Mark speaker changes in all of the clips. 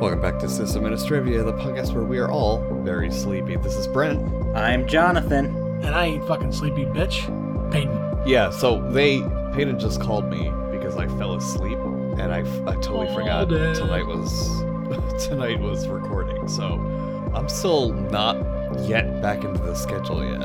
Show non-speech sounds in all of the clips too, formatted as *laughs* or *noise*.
Speaker 1: Welcome back to System Administrivia, the podcast where we are all very sleepy. This is Brent.
Speaker 2: I'm Jonathan.
Speaker 3: And I ain't fucking sleepy, bitch. Peyton.
Speaker 1: Yeah, so they Peyton just called me because I fell asleep and I, I totally forgot
Speaker 3: Called it.
Speaker 1: tonight was *laughs* tonight was recording. So I'm still not yet back into the schedule yet.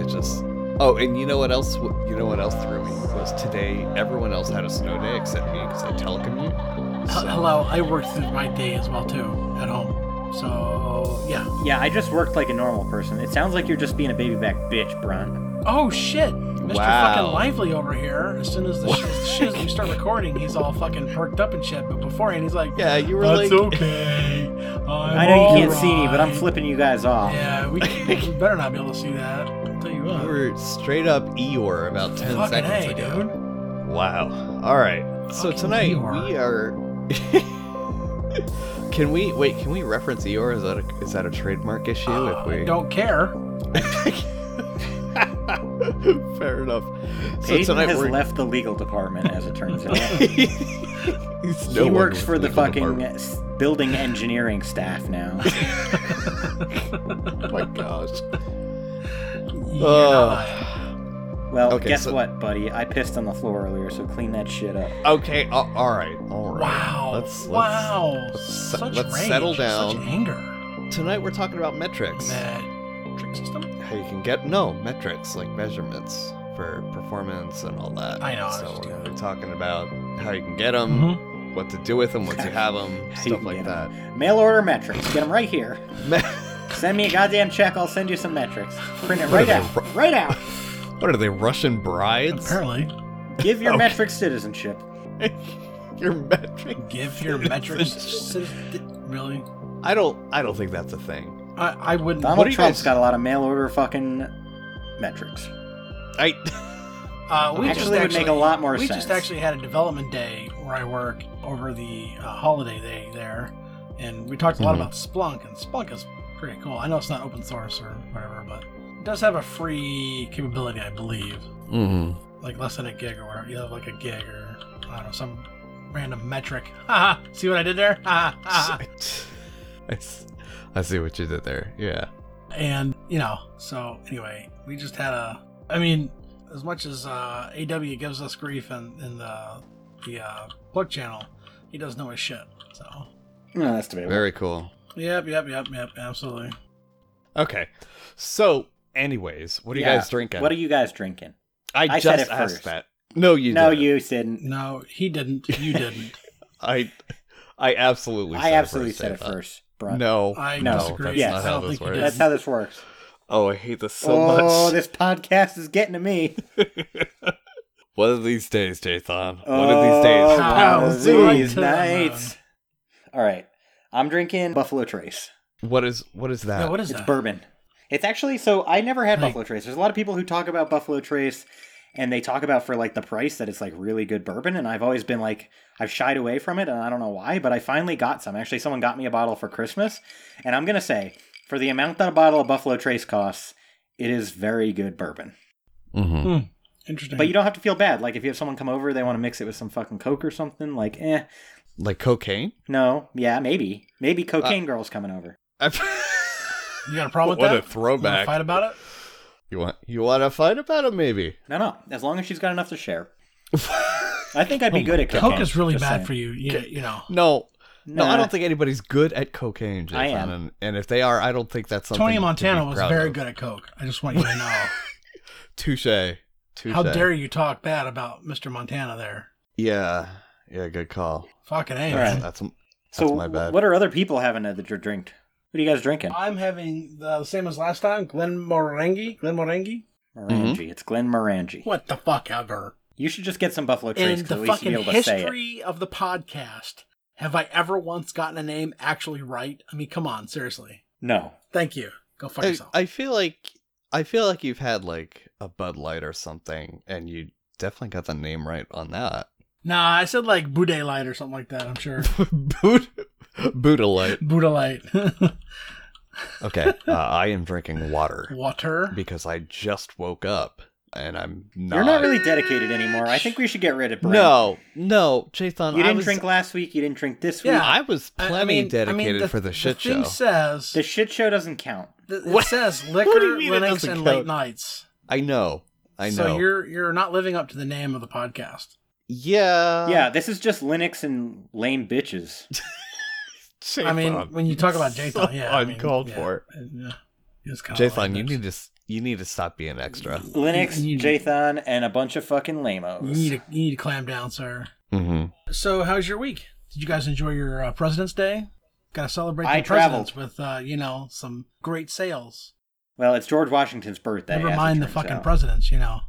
Speaker 1: It just oh, and you know what else? w- You know what else threw me was today. Everyone else had a snow day except me because I telecommute.
Speaker 3: H-
Speaker 1: So,
Speaker 3: hello, I worked through my day as well too at home. So yeah.
Speaker 2: Yeah, I just worked like a normal person. It sounds like you're just being a baby back bitch, Brunt.
Speaker 3: Oh shit, Mr.
Speaker 1: Wow.
Speaker 3: Fucking Lively over here. As soon as the sh- as soon as we start recording, he's all fucking perked up and shit. But beforehand, he's like,
Speaker 1: yeah, you were
Speaker 3: "That's
Speaker 1: like
Speaker 3: okay. *laughs* I'm
Speaker 2: I know you can't
Speaker 3: alright."
Speaker 2: see me, but I'm flipping you guys off.
Speaker 3: Yeah, we, can't- we better not be able to see that. I'll tell you
Speaker 1: you
Speaker 3: what.
Speaker 1: were straight up Eeyore about ten
Speaker 3: Fucking
Speaker 1: seconds
Speaker 3: hey,
Speaker 1: ago.
Speaker 3: dude.
Speaker 1: Wow. All right. so
Speaker 3: Fucking E
Speaker 1: tonight
Speaker 3: Eeyore.
Speaker 1: we are. *laughs* can we wait? Can we reference Eeyore? Is that a, is that a trademark issue?
Speaker 3: Uh,
Speaker 1: if we
Speaker 3: Don't care.
Speaker 1: *laughs* fair enough.
Speaker 2: Peyton
Speaker 1: so tonight
Speaker 2: has
Speaker 1: we're
Speaker 2: left the legal department, as it turns
Speaker 1: *laughs*
Speaker 2: out.
Speaker 1: He's *laughs* no
Speaker 2: he
Speaker 1: one
Speaker 2: works
Speaker 1: with
Speaker 2: for the
Speaker 1: legal
Speaker 2: fucking
Speaker 1: department.
Speaker 2: s building engineering
Speaker 1: *laughs*
Speaker 2: staff now.
Speaker 1: Oh my
Speaker 2: *laughs*
Speaker 1: gosh.
Speaker 3: Yeah.
Speaker 2: Well,
Speaker 1: Okay,
Speaker 2: guess
Speaker 1: so-
Speaker 2: what, buddy? I pissed on the floor earlier, so clean that shit up.
Speaker 1: Ugh. okay. a- all right. All right.
Speaker 3: Wow.
Speaker 1: Let's, let's
Speaker 3: wow.
Speaker 1: let's se-
Speaker 3: Such
Speaker 1: let's
Speaker 3: rage,
Speaker 1: settle down.
Speaker 3: Such anger.
Speaker 1: Tonight we're talking about metrics.
Speaker 3: That trick system.
Speaker 2: Um,
Speaker 1: How you can get no metrics like measurements for performance and all that.
Speaker 3: I know, I
Speaker 1: So
Speaker 3: was just Mm-hmm.
Speaker 1: we're
Speaker 3: gonna-
Speaker 1: gonna be talking about how you can get them. what to do with them once
Speaker 2: *laughs*
Speaker 1: you have them,
Speaker 2: How you
Speaker 1: stuff
Speaker 2: can
Speaker 1: like
Speaker 2: get
Speaker 1: that.
Speaker 2: 'em. Mail order metrics. Get them
Speaker 1: *laughs*
Speaker 2: right here.
Speaker 1: Ma-
Speaker 2: Send me a goddamn check. I'll send you some metrics. Print it right
Speaker 1: Whatever.
Speaker 2: out. Right out.
Speaker 1: what are they, Russian brides? *laughs*
Speaker 3: Apparently,
Speaker 2: Give your
Speaker 1: Okay.
Speaker 2: metrics citizenship.
Speaker 1: Your metric?
Speaker 3: give
Speaker 2: *laughs*
Speaker 3: your metrics. citizen- really?
Speaker 1: I don't. I don't think that's a thing.
Speaker 3: I, I wouldn't.
Speaker 1: What
Speaker 2: Donald
Speaker 1: do you
Speaker 2: Trump's
Speaker 1: guys-
Speaker 2: got a lot of mail order fucking metrics.
Speaker 1: I. *laughs*
Speaker 3: Uh, we
Speaker 2: actually, it
Speaker 3: just
Speaker 2: would make a lot more
Speaker 3: we
Speaker 2: sense.
Speaker 3: just actually had a development day where I work over the uh, holiday day there, and we talked a lot
Speaker 2: Mm-hmm.
Speaker 1: Mhm.
Speaker 3: about Splunk, and Splunk is pretty cool. I know it's not open source or whatever, but it does have a free capability, I believe,
Speaker 1: Mm.
Speaker 3: like less than a gig or whatever. You have like a gig or I don't know some random metric. *laughs* Haha, See what I did there? Haha, haha.
Speaker 1: Ah. I, s- I see what you did there. Yeah.
Speaker 3: and you know so anyway we just had a i mean as much as uh aw gives us grief in, in the the uh plug channel he does know his shit so
Speaker 2: No, that's debatable.
Speaker 1: Very cool.
Speaker 3: yep yep yep yep absolutely
Speaker 1: Okay. So, anyways, what are
Speaker 2: Yeah.
Speaker 1: you guys drinking?
Speaker 2: What are you guys drinking?
Speaker 1: I,
Speaker 2: I
Speaker 1: just
Speaker 2: said it
Speaker 1: asked
Speaker 2: first.
Speaker 1: that. No, you.
Speaker 2: no,
Speaker 1: didn't. *laughs*
Speaker 2: you didn't.
Speaker 3: no he didn't
Speaker 2: *laughs*
Speaker 3: you didn't
Speaker 1: I. I absolutely.
Speaker 2: I
Speaker 1: said
Speaker 2: absolutely
Speaker 1: it first,
Speaker 2: said
Speaker 1: I
Speaker 2: it
Speaker 1: thought.
Speaker 2: first, Brunt.
Speaker 1: No.
Speaker 3: I
Speaker 1: no,
Speaker 3: disagree.
Speaker 1: That's
Speaker 2: Yes.
Speaker 1: not
Speaker 3: I
Speaker 1: how
Speaker 3: don't
Speaker 1: this
Speaker 3: think you
Speaker 1: works.
Speaker 3: did.
Speaker 2: That's how this works.
Speaker 1: Oh, I hate this *laughs* so much.
Speaker 2: oh, this podcast is getting to me.
Speaker 1: One of these days, Jathan.
Speaker 2: Oh,
Speaker 1: One of these days.
Speaker 2: one
Speaker 3: Pow,
Speaker 2: of
Speaker 3: zoom.
Speaker 2: these nights. All right, I'm drinking Buffalo Trace.
Speaker 1: What is what is that?
Speaker 3: yeah, what is
Speaker 2: It's
Speaker 3: that
Speaker 2: bourbon. It's actually so I never had
Speaker 3: Like-
Speaker 2: Buffalo Trace. There's a lot of people who talk about Buffalo Trace and they talk about for like the price that it's like really good bourbon and I've always been like I've shied away from it and I don't know why, but I finally got some. Actually, someone got me a bottle for Christmas and I'm going to say for the amount that a bottle of Buffalo Trace costs, it is very good bourbon.
Speaker 1: mm-hmm.
Speaker 3: interesting
Speaker 2: But you don't have to feel bad. Like if you have someone come over, they want to mix it with some fucking Coke or something, like eh,
Speaker 1: Like cocaine? *laughs*
Speaker 2: no, yeah, maybe. Maybe
Speaker 3: Uh,
Speaker 2: cocaine girl's coming over.
Speaker 1: I've-
Speaker 3: you got a problem with
Speaker 1: what
Speaker 3: that
Speaker 1: a throwback.
Speaker 3: You wanna fight about it
Speaker 1: you want you want to fight about it? Maybe. *laughs*
Speaker 2: No, no. As long as she's got enough to share. I think I'd be good at cocaine.
Speaker 3: Oh, coke is really
Speaker 2: Just
Speaker 3: bad
Speaker 2: saying.
Speaker 3: for you you, you know
Speaker 1: no, no,
Speaker 2: Nah.
Speaker 1: I don't think anybody's good at cocaine, Jathan.
Speaker 2: I am.
Speaker 1: And, and if they are, I don't think that's something.
Speaker 3: tony montana was very good at coke i just want you
Speaker 2: *laughs*
Speaker 3: to know
Speaker 1: Touche. Touche.
Speaker 3: how dare you talk bad about mr montana there
Speaker 1: Yeah. Yeah. Good call.
Speaker 3: fucking a
Speaker 2: All
Speaker 3: man.
Speaker 2: right.
Speaker 1: That's
Speaker 2: So,
Speaker 1: That's my bad.
Speaker 2: what are other people having that you're drink? What are you guys drinking?
Speaker 3: I'm having the same as last time, Glen Morangi. Glen Morangi?
Speaker 2: Morangi.
Speaker 1: Mm-hmm.
Speaker 2: It's Glen Morangi.
Speaker 3: What the fuck ever?
Speaker 2: You should just get some Buffalo Trace
Speaker 3: In
Speaker 2: because
Speaker 3: the
Speaker 2: at least you'd
Speaker 3: fucking
Speaker 2: be able to say it.
Speaker 3: history of the podcast, have I ever once gotten a name actually right? I mean, come on, seriously.
Speaker 2: No.
Speaker 3: Thank you. Go fuck
Speaker 1: I,
Speaker 3: yourself.
Speaker 1: I feel like I feel like you've had like a Bud Light or something, and you definitely got the name right on *laughs* that.
Speaker 3: nah, I said like Buddha Light or something like that, I'm
Speaker 1: *laughs*
Speaker 3: sure.
Speaker 1: Buddha, Buddha Light.
Speaker 3: Buddha Light.
Speaker 1: Okay, uh, I am drinking water
Speaker 3: *laughs* Water.
Speaker 1: because I just woke up and I'm not.
Speaker 2: You're not really dedicated anymore. I think we should get rid of Brent.
Speaker 1: No, no, Jathan.
Speaker 2: You
Speaker 1: I
Speaker 2: didn't
Speaker 1: was,
Speaker 2: drink last week. You didn't drink this week.
Speaker 3: Yeah.
Speaker 1: I was
Speaker 3: I- I
Speaker 1: plenty
Speaker 3: mean- I mean,
Speaker 1: dedicated for the shit
Speaker 3: thing
Speaker 1: show.
Speaker 3: says
Speaker 2: The shit show doesn't count.
Speaker 3: th- it
Speaker 1: What?
Speaker 3: says
Speaker 1: *laughs* What do you
Speaker 3: liquor,
Speaker 1: mean it
Speaker 3: Linux,
Speaker 1: doesn't
Speaker 3: and
Speaker 1: count?
Speaker 3: late nights.
Speaker 1: I know. I know.
Speaker 3: So you're you're not living up to the name of the podcast. Uh.
Speaker 1: yeah.
Speaker 2: yeah, this is just Linux and lame
Speaker 3: *laughs*
Speaker 2: bitches.
Speaker 1: Jathan.
Speaker 3: I mean, when you talk about
Speaker 1: So
Speaker 3: Jathan, yeah, I mean,
Speaker 1: uncalled
Speaker 3: yeah,
Speaker 1: for.
Speaker 3: Yeah, it's kinda
Speaker 1: Jathan,
Speaker 3: like
Speaker 1: you
Speaker 3: this.
Speaker 1: need to s- you need to stop being extra.
Speaker 2: Linux,
Speaker 3: You- you-
Speaker 2: Jathan, and a bunch of fucking lamos.
Speaker 3: you need to you need to clam down, sir.
Speaker 1: Mm-hmm.
Speaker 3: So, how's your week? Did you guys enjoy your uh, President's Day? Got to celebrate
Speaker 2: I
Speaker 3: the
Speaker 2: traveled.
Speaker 3: presidents with, uh, you know, some great sales.
Speaker 2: well, it's George Washington's birthday. as
Speaker 3: Never
Speaker 2: it
Speaker 3: mind the
Speaker 2: turns
Speaker 3: fucking
Speaker 2: out.
Speaker 3: presidents, you know.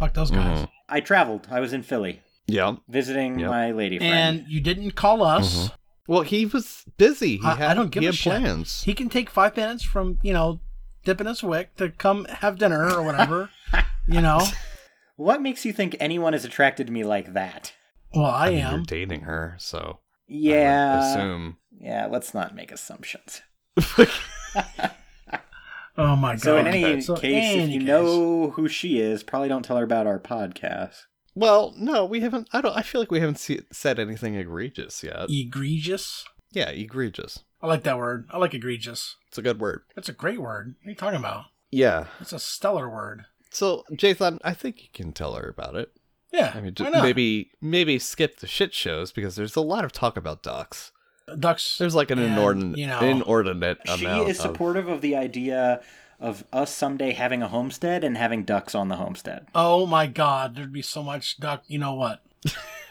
Speaker 3: Fuck those guys.
Speaker 1: Mhm.
Speaker 2: I traveled. I was in Philly
Speaker 1: Yeah.
Speaker 2: visiting
Speaker 1: Yep.
Speaker 2: my lady friend.
Speaker 3: And you didn't call us.
Speaker 1: Well, he was busy. He
Speaker 3: I- I
Speaker 1: had,
Speaker 3: don't give
Speaker 1: he
Speaker 3: a
Speaker 1: had
Speaker 3: shit.
Speaker 1: plans.
Speaker 3: He can take five minutes from, you know, dipping his wick to come have dinner or
Speaker 2: *laughs*
Speaker 3: whatever, you know.
Speaker 2: What makes you think anyone is attracted to me like that?
Speaker 3: Well, I
Speaker 1: mean, You're
Speaker 3: am.
Speaker 1: dating her, so I would
Speaker 2: Yeah.
Speaker 1: assume.
Speaker 2: Yeah, let's not make assumptions.
Speaker 3: Oh, my God.
Speaker 2: So in any
Speaker 3: So
Speaker 2: case, if
Speaker 3: any
Speaker 2: you
Speaker 3: case.
Speaker 2: know who she is, probably don't tell her about our podcast.
Speaker 1: Well, no, we haven't. I don't. I feel like we haven't se- said anything egregious yet.
Speaker 3: Egregious.
Speaker 1: yeah, egregious.
Speaker 3: I like that word. I like egregious.
Speaker 1: It's a good word.
Speaker 3: That's a great word. What are you talking about?
Speaker 1: Yeah.
Speaker 3: It's a stellar word.
Speaker 1: So, Jathan, I think you can tell her about it.
Speaker 3: Yeah.
Speaker 1: I mean,
Speaker 3: why
Speaker 1: just
Speaker 3: not?
Speaker 1: maybe maybe skip the shit shows because there's a lot of talk about ducks.
Speaker 3: Ducks.
Speaker 1: There's like an
Speaker 3: And,
Speaker 1: inordinate
Speaker 3: you know,
Speaker 1: inordinate
Speaker 2: She
Speaker 1: amount.
Speaker 2: is
Speaker 1: of-
Speaker 2: supportive of the idea of us someday having a homestead and having ducks on the homestead.
Speaker 3: Oh my God, there'd be so much duck. You know what?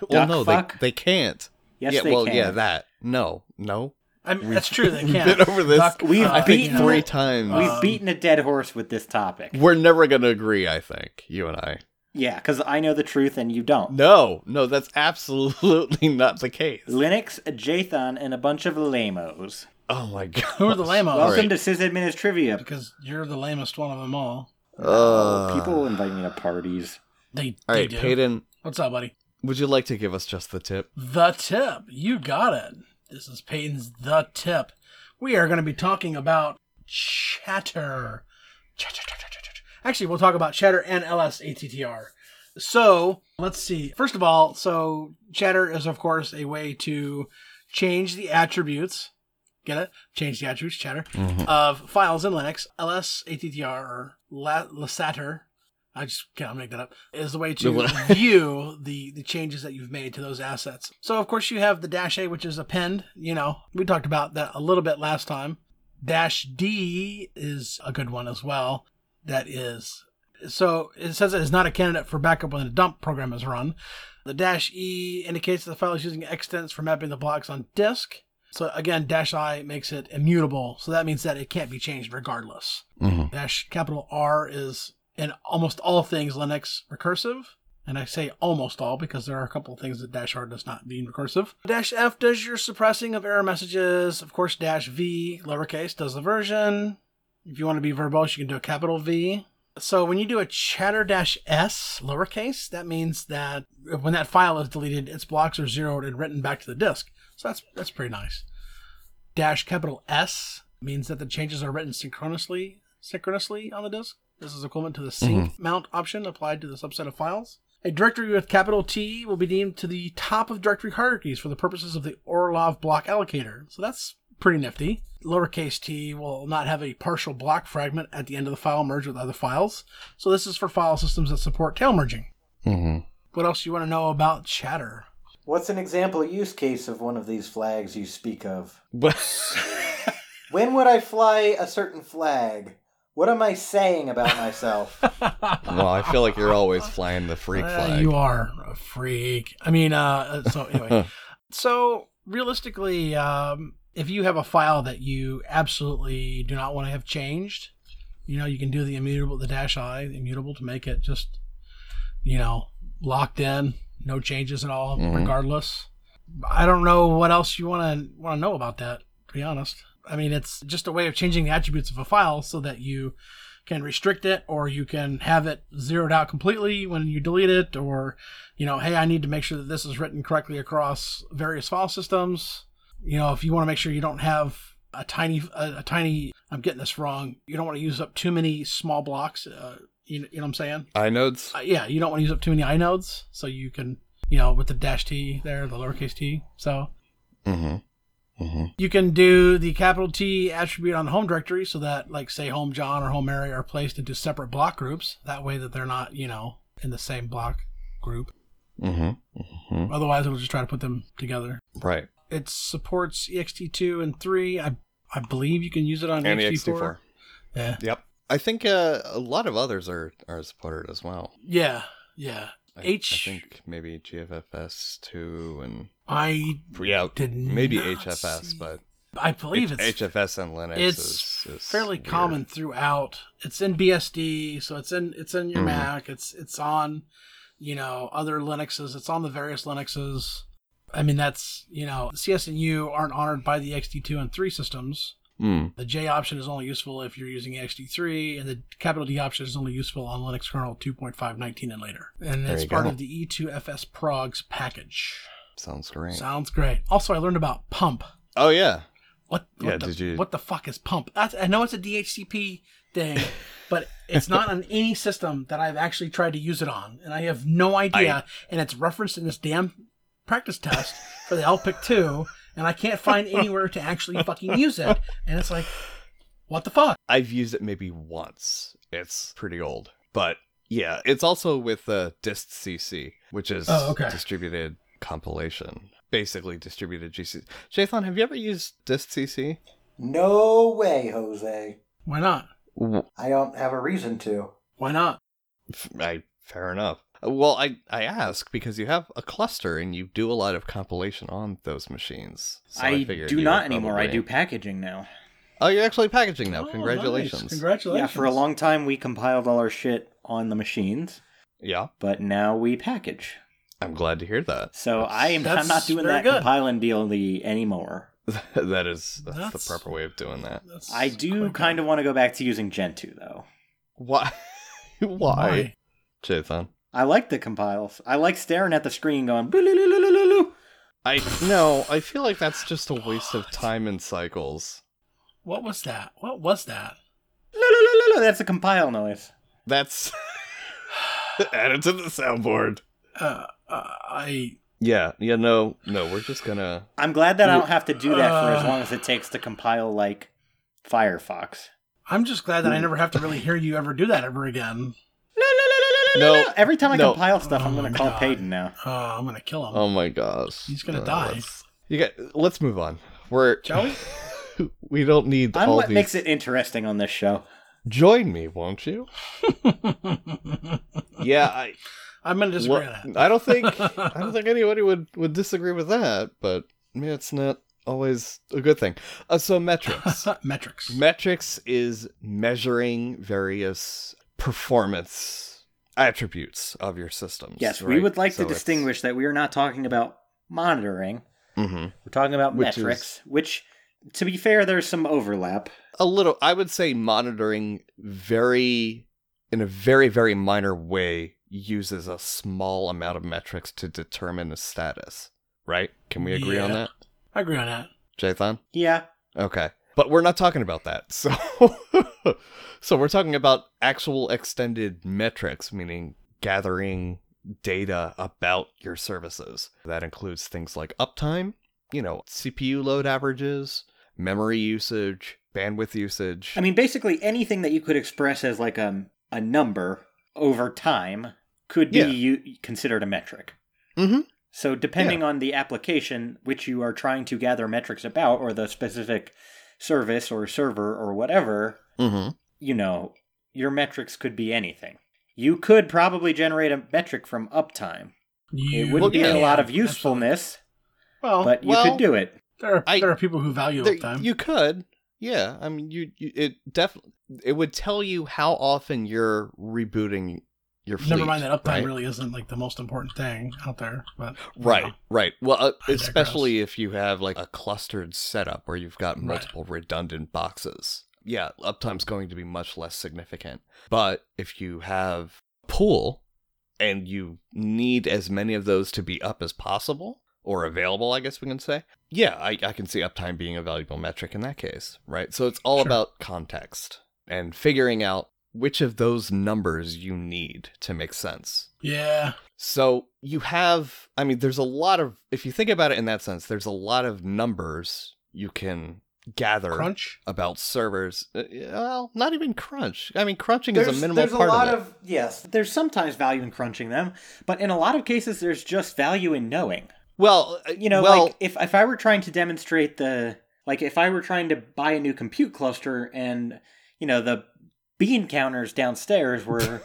Speaker 1: Well,
Speaker 2: duck
Speaker 1: no,
Speaker 2: fuck?
Speaker 1: they they can't.
Speaker 2: Yes,
Speaker 1: yeah,
Speaker 2: they
Speaker 1: well,
Speaker 2: can.
Speaker 1: yeah, that. No, no.
Speaker 3: I mean, that's true.
Speaker 1: *laughs*
Speaker 3: They
Speaker 1: we've
Speaker 3: can't.
Speaker 1: been over this.
Speaker 2: We've
Speaker 1: I think
Speaker 2: beaten-
Speaker 3: Uh, you know,
Speaker 1: three times.
Speaker 2: We've
Speaker 3: Um,
Speaker 2: beaten a dead horse with this topic.
Speaker 1: We're never going to agree. I think you and I.
Speaker 2: Yeah, because I know the truth and you don't.
Speaker 1: No, no, that's absolutely *laughs* not the case.
Speaker 2: Linux, Jathan, and a bunch of lamos.
Speaker 1: Oh my *laughs* god.
Speaker 3: Who are the lamos?
Speaker 2: Welcome to SysAdmin is Trivia. Oh,
Speaker 3: because you're the lamest one of them all.
Speaker 1: Uh,
Speaker 2: People invite me to parties.
Speaker 3: They,
Speaker 1: All
Speaker 3: they
Speaker 1: right,
Speaker 3: do.
Speaker 1: Peyton,
Speaker 3: What's up, buddy?
Speaker 1: would you like to give us just the tip?
Speaker 3: The tip. You got it. This is Peyton's The Tip. We are going to be talking about chatter. Chatter, chatter, chatter, chatter. Actually, we'll talk about chatter and LSATTR. So let's see. First of all, so chatter is, of course, a way to change the attributes. Get it? Change the attributes, chatter,
Speaker 1: Mm-hmm,
Speaker 3: of files in Linux. LSATTR or la- LSATR. I just can't make that up. Is the way to view the the changes that you've made to those assets. So of course you have the dash A, which is append. You know, we talked about that a little bit last time. Dash D is a good one as well. That is so it says it is not a candidate for backup when the dump program is run. The dash E indicates that the file is using extents for mapping the blocks on disk. So again, dash I makes it immutable. So that means that it can't be changed regardless.
Speaker 1: Mhm.
Speaker 3: Dash capital R is in almost all things Linux recursive. And I say almost all because there are a couple of things that dash R does not mean recursive. Dash F does your suppressing of error messages. Of course, dash V, lowercase, does the version. If you want to be verbose, you can do a capital V. So when you do a chatter dash s lowercase, that means that when that file is deleted, its blocks are zeroed and written back to the disk. So that's that's pretty nice. Dash capital S means that the changes are written synchronously synchronously on the disk. This is equivalent to the sync mount option applied to the subset of files. A directory with capital T will be named to the top of directory hierarchies for the purposes of the Orlov block allocator. So that's pretty nifty. Lowercase t will not have a partial block fragment at the end of the file merged with other files. So this is for file systems that support tail merging.
Speaker 1: Mhm.
Speaker 3: What else do you want to know about chatter?
Speaker 2: What's an example use case of one of these flags you speak of?
Speaker 1: But *laughs*
Speaker 2: When would I fly a certain flag? What am I saying about *laughs* myself?
Speaker 1: well, I feel like you're always flying the freak
Speaker 3: Uh,
Speaker 1: flag.
Speaker 3: you are a freak. I mean, uh, so anyway,
Speaker 1: *laughs*
Speaker 3: so realistically, um, if you have a file that you absolutely do not want to have changed, you know, you can do the immutable, the dash i, the immutable to make it just, you know, locked in, no changes at all,
Speaker 1: Mhm.
Speaker 3: regardless. I don't know what else you want to want to know about that. To be honest, I mean, it's just a way of changing the attributes of a file so that you can restrict it or you can have it zeroed out completely when you delete it or you know hey i need to make sure that this is written correctly across various file systems you know if you want to make sure you don't have a tiny a, a tiny i'm getting this wrong you don't want to use up too many small blocks uh, You, you know what I'm saying?
Speaker 1: I nodes.
Speaker 3: Uh, yeah, you don't want to use up too many i nodes, so you can, you know, with the dash t there, the lowercase t. So
Speaker 1: Mm-hmm. Mm-hmm.
Speaker 3: you can do the capital T attribute on the home directory, so that like say home John or home Mary are placed into separate block groups. That way that they're not, you know, in the same block group.
Speaker 1: Mm-hmm. Mm-hmm.
Speaker 3: Otherwise, it'll just try to put them together.
Speaker 1: Right.
Speaker 3: It supports E ext2 and 3. I I believe you can use it on
Speaker 1: And E the
Speaker 3: ext4.
Speaker 1: XT4.
Speaker 3: Yeah.
Speaker 1: Yep. I think uh, a lot of others are are supported as well.
Speaker 3: Yeah, yeah.
Speaker 1: I,
Speaker 3: H-
Speaker 1: I think maybe GFFS two and
Speaker 3: I
Speaker 1: yeah,
Speaker 3: did
Speaker 1: maybe
Speaker 3: not
Speaker 1: HFS,
Speaker 3: see-
Speaker 1: but
Speaker 3: I believe
Speaker 1: H-
Speaker 3: it's
Speaker 1: HFS and Linux
Speaker 3: it's
Speaker 1: is, is
Speaker 3: fairly
Speaker 1: weird.
Speaker 3: common throughout. It's in BSD, so it's in it's in your
Speaker 1: Mhm.
Speaker 3: Mac. It's it's on you know other Linuxes. It's on the various Linuxes. I mean that's you know CS and U aren't honored by the XT2 and 3 systems.
Speaker 1: Mm.
Speaker 3: The J option is only useful if you're using XT3, and the capital D option is only useful on Linux kernel 2.5.19 and later. And
Speaker 1: There
Speaker 3: it's
Speaker 1: you
Speaker 3: part
Speaker 1: go.
Speaker 3: of the E E2FS progs package.
Speaker 1: Sounds great.
Speaker 3: Sounds great. Also, I learned about pump.
Speaker 1: oh yeah.
Speaker 3: What? what
Speaker 1: Yeah,
Speaker 3: the,
Speaker 1: did you-
Speaker 3: What the fuck is pump? That's, I know it's a DHCP
Speaker 1: *laughs*
Speaker 3: thing, but it's not on any system that I've actually tried to use it on, and I have no idea. and it's referenced in this damn practice test for the LPIC two, and I can't find anywhere to actually fucking use it. And it's like, what the fuck?
Speaker 1: I've used it maybe once. It's pretty old, but yeah, it's also with uh, distcc, which is
Speaker 3: Oh, okay.
Speaker 1: distributed compilation, basically distributed GC. Jathan, have you ever used distcc?
Speaker 2: No way, Jose.
Speaker 3: Why not?
Speaker 2: I don't have a reason to.
Speaker 3: Why not?
Speaker 1: F- I fair enough. Uh, Well, I I ask because you have a cluster and you do a lot of compilation on those machines. So
Speaker 2: I,
Speaker 1: figured
Speaker 2: do
Speaker 1: you
Speaker 2: not
Speaker 1: would
Speaker 2: anymore. I
Speaker 1: probably-
Speaker 2: do packaging now.
Speaker 1: Oh, you're actually packaging
Speaker 3: Oh,
Speaker 1: now.
Speaker 3: nice.
Speaker 1: Congratulations.
Speaker 3: Congratulations.
Speaker 2: Yeah, for a long time we compiled all our shit on the machines,
Speaker 1: Yeah,
Speaker 2: but now we package.
Speaker 1: I'm glad to hear that.
Speaker 2: So I am I'm not
Speaker 3: That's
Speaker 2: doing
Speaker 3: very
Speaker 2: that
Speaker 3: good.
Speaker 2: compiling deal the anymore.
Speaker 1: *laughs* that is that's,
Speaker 3: That's-
Speaker 1: the proper way of doing that.
Speaker 3: That's
Speaker 2: I do
Speaker 3: quick.
Speaker 2: kind of want to go back to using Gentoo though.
Speaker 1: Why? *laughs* Why,
Speaker 3: Why?
Speaker 1: Jathan?
Speaker 2: I like the compiles. I like staring at the screen going "Boo-loo-loo-loo-loo-loo."
Speaker 1: I no. I feel like that's just a waste of time and cycles.
Speaker 3: What was that? What was that?
Speaker 2: Loo-loo-loo-loo-loo. That's a compile noise.
Speaker 1: That's *laughs* added to the soundboard.
Speaker 3: Uh, uh, I.
Speaker 1: Yeah, yeah. No, no. We're just gonna.
Speaker 2: I'm glad that I don't have to do that for as
Speaker 3: Uh.
Speaker 2: long as it takes to compile like Firefox.
Speaker 3: I'm just glad
Speaker 2: Hmm.
Speaker 3: that I never have to really hear you ever do that ever again.
Speaker 1: No,
Speaker 2: Every time I
Speaker 1: No.
Speaker 2: compile stuff, I'm
Speaker 3: Oh
Speaker 2: going to
Speaker 3: my
Speaker 2: call
Speaker 3: God.
Speaker 2: Peyton now. Um,
Speaker 3: Oh, I'm gonna kill him.
Speaker 1: Oh my gosh.
Speaker 3: He's gonna
Speaker 1: Uh,
Speaker 3: die.
Speaker 1: let's- You got. Let's move on. We're.
Speaker 3: Shall
Speaker 1: we? *laughs* we don't need
Speaker 2: I'm
Speaker 1: all
Speaker 2: what
Speaker 1: these.
Speaker 2: makes it interesting on this show.
Speaker 1: Join me, won't you?
Speaker 2: *laughs*
Speaker 1: Yeah, I.
Speaker 3: I'm gonna disagree
Speaker 1: Well,
Speaker 3: on that.
Speaker 1: I don't think I don't think anybody would would disagree with that, but yeah, it's not always a good thing. Uh, so
Speaker 3: *laughs*
Speaker 1: metrics.
Speaker 3: Metrics.
Speaker 1: metrics is measuring various performance attributes of your systems.
Speaker 2: Yes, we
Speaker 1: right?
Speaker 2: would like
Speaker 1: So
Speaker 2: to
Speaker 1: it's-
Speaker 2: distingush that we are not talking about monitoring.
Speaker 1: Mhm.
Speaker 2: We're talking about
Speaker 1: Which is-
Speaker 2: metrics, which, to be fair, there's some overlap.
Speaker 1: a little. I would say monitoring very in a very very minor way uses a small amount of metrics to determine the status. Right? Can we agree on
Speaker 3: Yeah.
Speaker 1: that,
Speaker 3: I agree on that.
Speaker 1: Jathan?
Speaker 2: Yeah,
Speaker 1: Okay. But we're not talking about that. So *laughs* so we're talking about actual extended metrics, meaning gathering data about your services. That includes things like uptime, you know, CPU load averages, memory usage, bandwidth usage.
Speaker 2: I mean, basically anything that you could express as like a a number over time could be
Speaker 1: Yeah.
Speaker 2: you, considered a metric.
Speaker 1: Mhm.
Speaker 2: So depending on the application which you are trying to gather metrics about, or the specific service or server or whatever,
Speaker 1: Mhm.
Speaker 2: you know, your metrics could be anything. You could probably generate a metric from uptime. It
Speaker 3: You-
Speaker 2: wouldn't be
Speaker 1: yeah,
Speaker 2: a lot of
Speaker 3: absolutely.
Speaker 2: usefulness,
Speaker 3: Well,
Speaker 2: but you
Speaker 1: Well,
Speaker 2: could do it.
Speaker 3: there are
Speaker 1: I-
Speaker 3: there are people who value
Speaker 1: There-
Speaker 3: uptime.
Speaker 1: you could. Yeah, I mean you, you it definitely it would tell you how often you're rebooting your fleet.
Speaker 3: Never mind that uptime
Speaker 1: right?
Speaker 3: really isn't like the most important thing out there. But you
Speaker 1: Right,
Speaker 3: know.
Speaker 1: right. Well, uh,
Speaker 3: I
Speaker 1: especially if you have like a clustered setup where you've got
Speaker 3: Right.
Speaker 1: multiple redundant boxes. Yeah, uptime's going to be much less significant. But if you have a pool and you need as many of those to be up as possible or available, I guess we can say. Yeah, I, I can see uptime being a valuable metric in that case, right? So it's all
Speaker 3: Sure.
Speaker 1: about context and figuring out which of those numbers you need to make sense.
Speaker 3: Yeah.
Speaker 1: So you have, I mean, there's a lot of, if you think about it in that sense, there's a lot of numbers you can gather
Speaker 3: Crunch.
Speaker 1: about servers. Uh, Well, not even crunch. I mean, crunching is
Speaker 2: There's-
Speaker 1: a minimal
Speaker 2: there's
Speaker 1: part
Speaker 2: a lot
Speaker 1: of it.
Speaker 2: of yes there's sometimes value in crunching them but in a lot of cases there's just value in knowing
Speaker 1: well, uh,
Speaker 2: you know
Speaker 1: well,
Speaker 2: like if, if i were trying to demonstrate the like if i were trying to buy a new compute cluster and you know the bean counters
Speaker 1: *laughs*
Speaker 2: downstairs were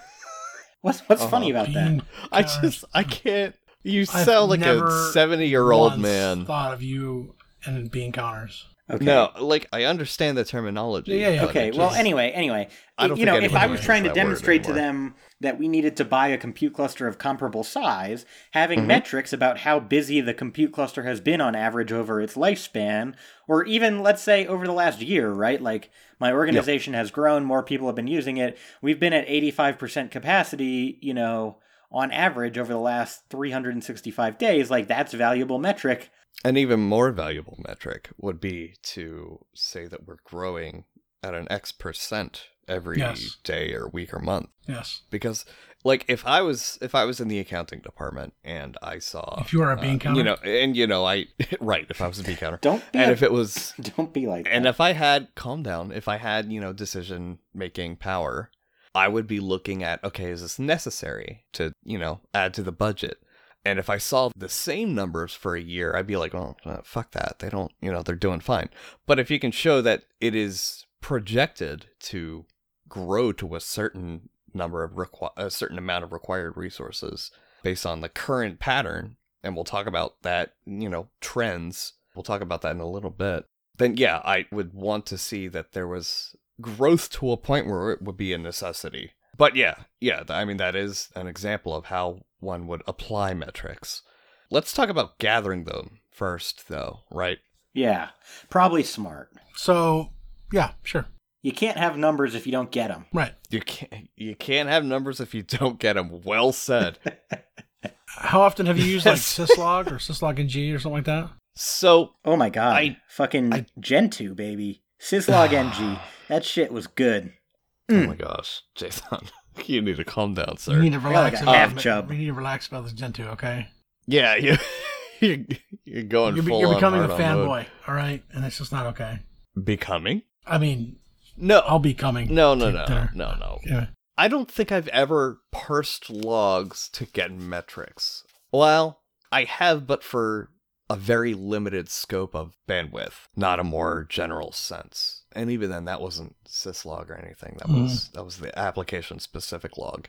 Speaker 2: what's what's
Speaker 1: Uh-huh.
Speaker 2: funny about that
Speaker 3: Bean
Speaker 1: I
Speaker 3: counters.
Speaker 1: just, I can't. You
Speaker 3: I've
Speaker 1: sound like a
Speaker 3: never
Speaker 1: 70 year old
Speaker 3: Once
Speaker 1: man.
Speaker 3: Thought of you and bean counters.
Speaker 2: okay
Speaker 1: No, like, I understand the terminology.
Speaker 3: Yeah, yeah,
Speaker 1: but
Speaker 2: okay
Speaker 1: it
Speaker 2: well
Speaker 1: just-
Speaker 2: anyway anyway
Speaker 1: I don't
Speaker 2: you know
Speaker 1: think
Speaker 2: if
Speaker 1: anyone
Speaker 2: i was
Speaker 1: uses
Speaker 2: trying to
Speaker 1: that word
Speaker 2: demonstrate to
Speaker 1: anymore.
Speaker 2: them that we needed to buy a compute cluster of comparable size having
Speaker 1: Mhm.
Speaker 2: metrics about how busy the compute cluster has been on average over its lifespan or even let's say over the last year right like my organization has grown more people have been using it we've been at 85% capacity you know on average over the last 365 days like that's valuable metric
Speaker 1: An even more valuable metric would be to say that we're growing at an X percent every day
Speaker 3: Yes.
Speaker 1: or week or month.
Speaker 3: Yes.
Speaker 1: Because like if I was if I was in the accounting department and I saw uh,
Speaker 3: If you were a bean counter?
Speaker 1: you know, and you know, I *laughs* right, if I was a bean
Speaker 2: *laughs*
Speaker 1: counter.
Speaker 2: don't be
Speaker 1: and
Speaker 2: a-
Speaker 1: if it was
Speaker 2: don't be like
Speaker 1: and
Speaker 2: that.
Speaker 1: if I had calm down, if I had, you know, decision making power, I would be looking at okay, is this necessary to, you know, add to the budget? And if I saw the same numbers for a year, I'd be like, oh, uh, fuck that. They don't, you know, they're doing fine. But if you can show that it is projected to grow to a certain number of requ- a certain amount of required resources based on the current pattern, and we'll talk about that, you know, trends. We'll talk about that in a little bit then yeah, I would want to see that there was growth to a point where it would be a necessity. But yeah, yeah, th- I mean, that is an example of how one would apply metrics. Let's talk about gathering them first, though, right?
Speaker 2: yeah probably smart
Speaker 3: So yeah, sure.
Speaker 2: You can't have numbers if you don't get them.
Speaker 3: Right.
Speaker 1: You can't, you can't have numbers if you don't get them. Well *laughs* said.
Speaker 3: How often have you
Speaker 1: *laughs*
Speaker 3: used like
Speaker 1: Yes.
Speaker 3: syslog or syslog or something like that?
Speaker 1: so,
Speaker 2: Oh my god.
Speaker 1: I-
Speaker 2: Fucking
Speaker 1: I-
Speaker 2: Gentoo, baby. Syslog *sighs* NG. That shit was good.
Speaker 1: oh my gosh, Jason, *laughs* you need to calm down,
Speaker 3: Hmm. You
Speaker 1: sir.
Speaker 3: need to relax.
Speaker 2: like a
Speaker 3: about-
Speaker 2: half chub.
Speaker 3: We need to relax about this Gentoo, okay?
Speaker 1: Yeah, you, *laughs* you're, you're going
Speaker 3: You're, be-
Speaker 1: full
Speaker 3: you're
Speaker 1: on
Speaker 3: becoming a
Speaker 1: hard-on mode.
Speaker 3: fanboy, all right? And that's just not okay.
Speaker 1: Becoming?
Speaker 3: I mean,
Speaker 1: No,
Speaker 3: I'll be coming.
Speaker 1: no, no,
Speaker 3: to
Speaker 1: no, no,
Speaker 3: dinner.
Speaker 1: no, no.
Speaker 3: Yeah.
Speaker 1: I don't think I've ever parsed logs to get metrics. Well, I have, but for a very limited scope of bandwidth, not a more general sense. And even then, that wasn't syslog or anything. That was that was the application specific log.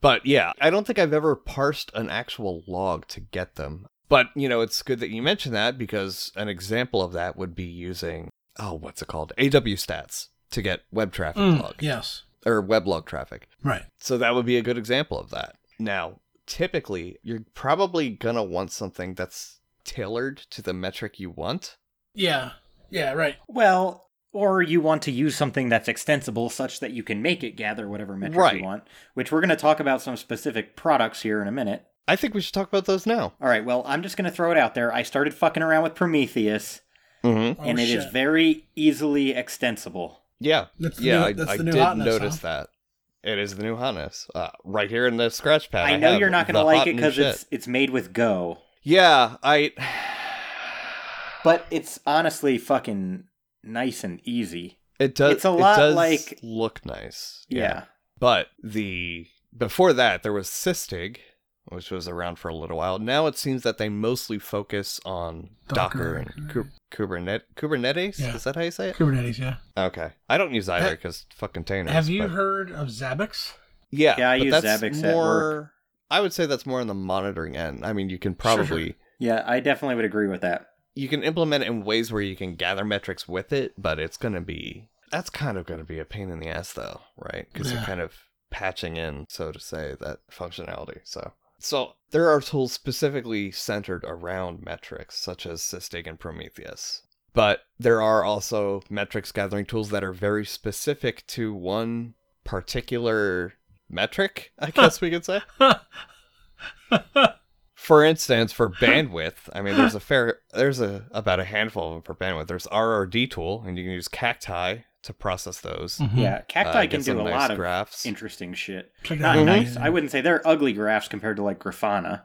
Speaker 1: But yeah, I don't think I've ever parsed an actual log to get them. But you know, it's good that you mentioned that because an example of that would be using oh, what's it called? AW stats to get web traffic
Speaker 3: Mm,
Speaker 1: log
Speaker 3: yes.
Speaker 1: or weblog traffic.
Speaker 3: Right.
Speaker 1: So that would be a good example of that. Now, typically, you're probably going to want something that's tailored to the metric you want.
Speaker 3: Yeah. Yeah, right.
Speaker 2: Well, or you want to use something that's extensible such that you can make it gather whatever metric
Speaker 1: Right.
Speaker 2: you want, which we're going to talk about some specific products here in a minute.
Speaker 1: I think we should talk about those now.
Speaker 2: All right, well, I'm just going to throw it out there. I started fucking around with Prometheus,
Speaker 1: Mm-hmm.
Speaker 3: Oh,
Speaker 2: and it is
Speaker 3: shit.
Speaker 2: very easily extensible.
Speaker 1: Yeah.
Speaker 3: That's the
Speaker 1: yeah,
Speaker 3: new-
Speaker 1: I,
Speaker 3: that's
Speaker 1: I
Speaker 3: the new
Speaker 1: did
Speaker 3: hotness,
Speaker 1: notice
Speaker 3: huh?
Speaker 1: that. It is the new hotness. Uh, right here in the scratch pad.
Speaker 2: I know
Speaker 1: have
Speaker 2: you're not going
Speaker 1: the
Speaker 2: to like
Speaker 1: hot
Speaker 2: it
Speaker 1: new
Speaker 2: because
Speaker 1: shit.
Speaker 2: it's it's made with Go,
Speaker 1: Yeah, I.
Speaker 2: but it's honestly fucking nice and easy.
Speaker 1: It does.
Speaker 2: It's a
Speaker 1: it
Speaker 2: lot
Speaker 1: does
Speaker 2: like-
Speaker 1: look nice.
Speaker 2: yeah.
Speaker 1: But the before that there was Sysdig, which was around for a little while. Now it seems that they mostly focus on Docker,
Speaker 3: Docker.
Speaker 1: and Ku- Kubernetes. Kubernetes
Speaker 3: Yeah.
Speaker 1: is that how you say it?
Speaker 3: Kubernetes, yeah.
Speaker 1: Okay, I don't use either
Speaker 3: Ha-
Speaker 1: because fuck containers.
Speaker 3: Have you
Speaker 1: but-
Speaker 3: heard of Zabbix?
Speaker 1: Yeah,
Speaker 2: Yeah, I
Speaker 1: but
Speaker 2: use
Speaker 1: that's
Speaker 2: Zabbix at
Speaker 1: more.
Speaker 2: work.
Speaker 1: I would say that's more on the monitoring end. I mean, you can
Speaker 3: Sure, sure.
Speaker 1: probably
Speaker 2: Yeah, I definitely would agree with that.
Speaker 1: you can implement it in ways where you can gather metrics with it, but it's gonna be that's kind of gonna be a pain in the ass though, right? Because you're
Speaker 3: Yeah.
Speaker 1: kind of patching in, so to say, that functionality. So so there are tools specifically centered around metrics, such as Sysdig and Prometheus. But there are also metrics gathering tools that are very specific to one particular metric, I guess we could
Speaker 3: *laughs*
Speaker 1: say for instance, for bandwidth, I mean,
Speaker 3: *gasps*
Speaker 1: there's a fair, there's a about a handful of them for bandwidth. There's RRD tool, and you can use Cacti to process those.
Speaker 3: Mm-hmm. Hmm.
Speaker 2: Yeah,
Speaker 1: Uh,
Speaker 2: cacti
Speaker 1: get
Speaker 2: can
Speaker 1: some
Speaker 2: do a
Speaker 1: nice
Speaker 2: lot of
Speaker 1: graphs.
Speaker 2: interesting shit.
Speaker 3: *laughs* Check
Speaker 2: Not
Speaker 3: that out.
Speaker 2: nice. I wouldn't say they're ugly graphs compared to like Grafana.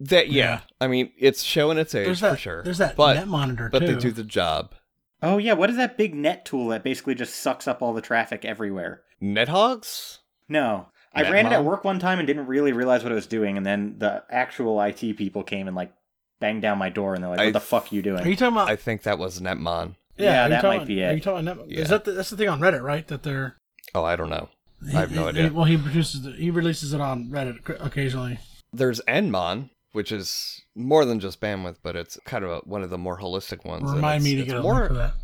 Speaker 1: That yeah.
Speaker 3: Yeah.
Speaker 1: I mean it's showing its age
Speaker 3: There's that.
Speaker 1: for sure.
Speaker 3: There's that
Speaker 1: but
Speaker 3: net monitor
Speaker 1: but
Speaker 3: too.
Speaker 1: they do the job.
Speaker 2: Oh yeah, what is that big net tool that basically just sucks up all the traffic everywhere?
Speaker 1: Nethogs?
Speaker 2: No. I
Speaker 1: Net
Speaker 2: ran it at
Speaker 1: mod?
Speaker 2: work one time and didn't really realize what I was doing, and then the actual IT people came and like banged down my door, and they're like, "What
Speaker 1: I-
Speaker 2: the fuck you doing?"
Speaker 3: are you talking about?
Speaker 1: I think that was Netmon.
Speaker 2: yeah,
Speaker 3: are you
Speaker 2: that
Speaker 3: talking-
Speaker 2: might be
Speaker 3: Are
Speaker 2: it.
Speaker 3: you talking about net,
Speaker 1: Yeah.
Speaker 3: Is that the, that's the thing on Reddit, right? That they're.
Speaker 1: Oh, I don't know. I have no
Speaker 3: he- he-
Speaker 1: idea.
Speaker 3: well, he produces. The, he releases it on Reddit c- occasionally.
Speaker 1: There's Enmon, which is more than just bandwidth, but it's kind of a, one of the more holistic ones. and it's-
Speaker 3: Remind me to
Speaker 1: it's
Speaker 3: get a
Speaker 1: more,
Speaker 3: link for that.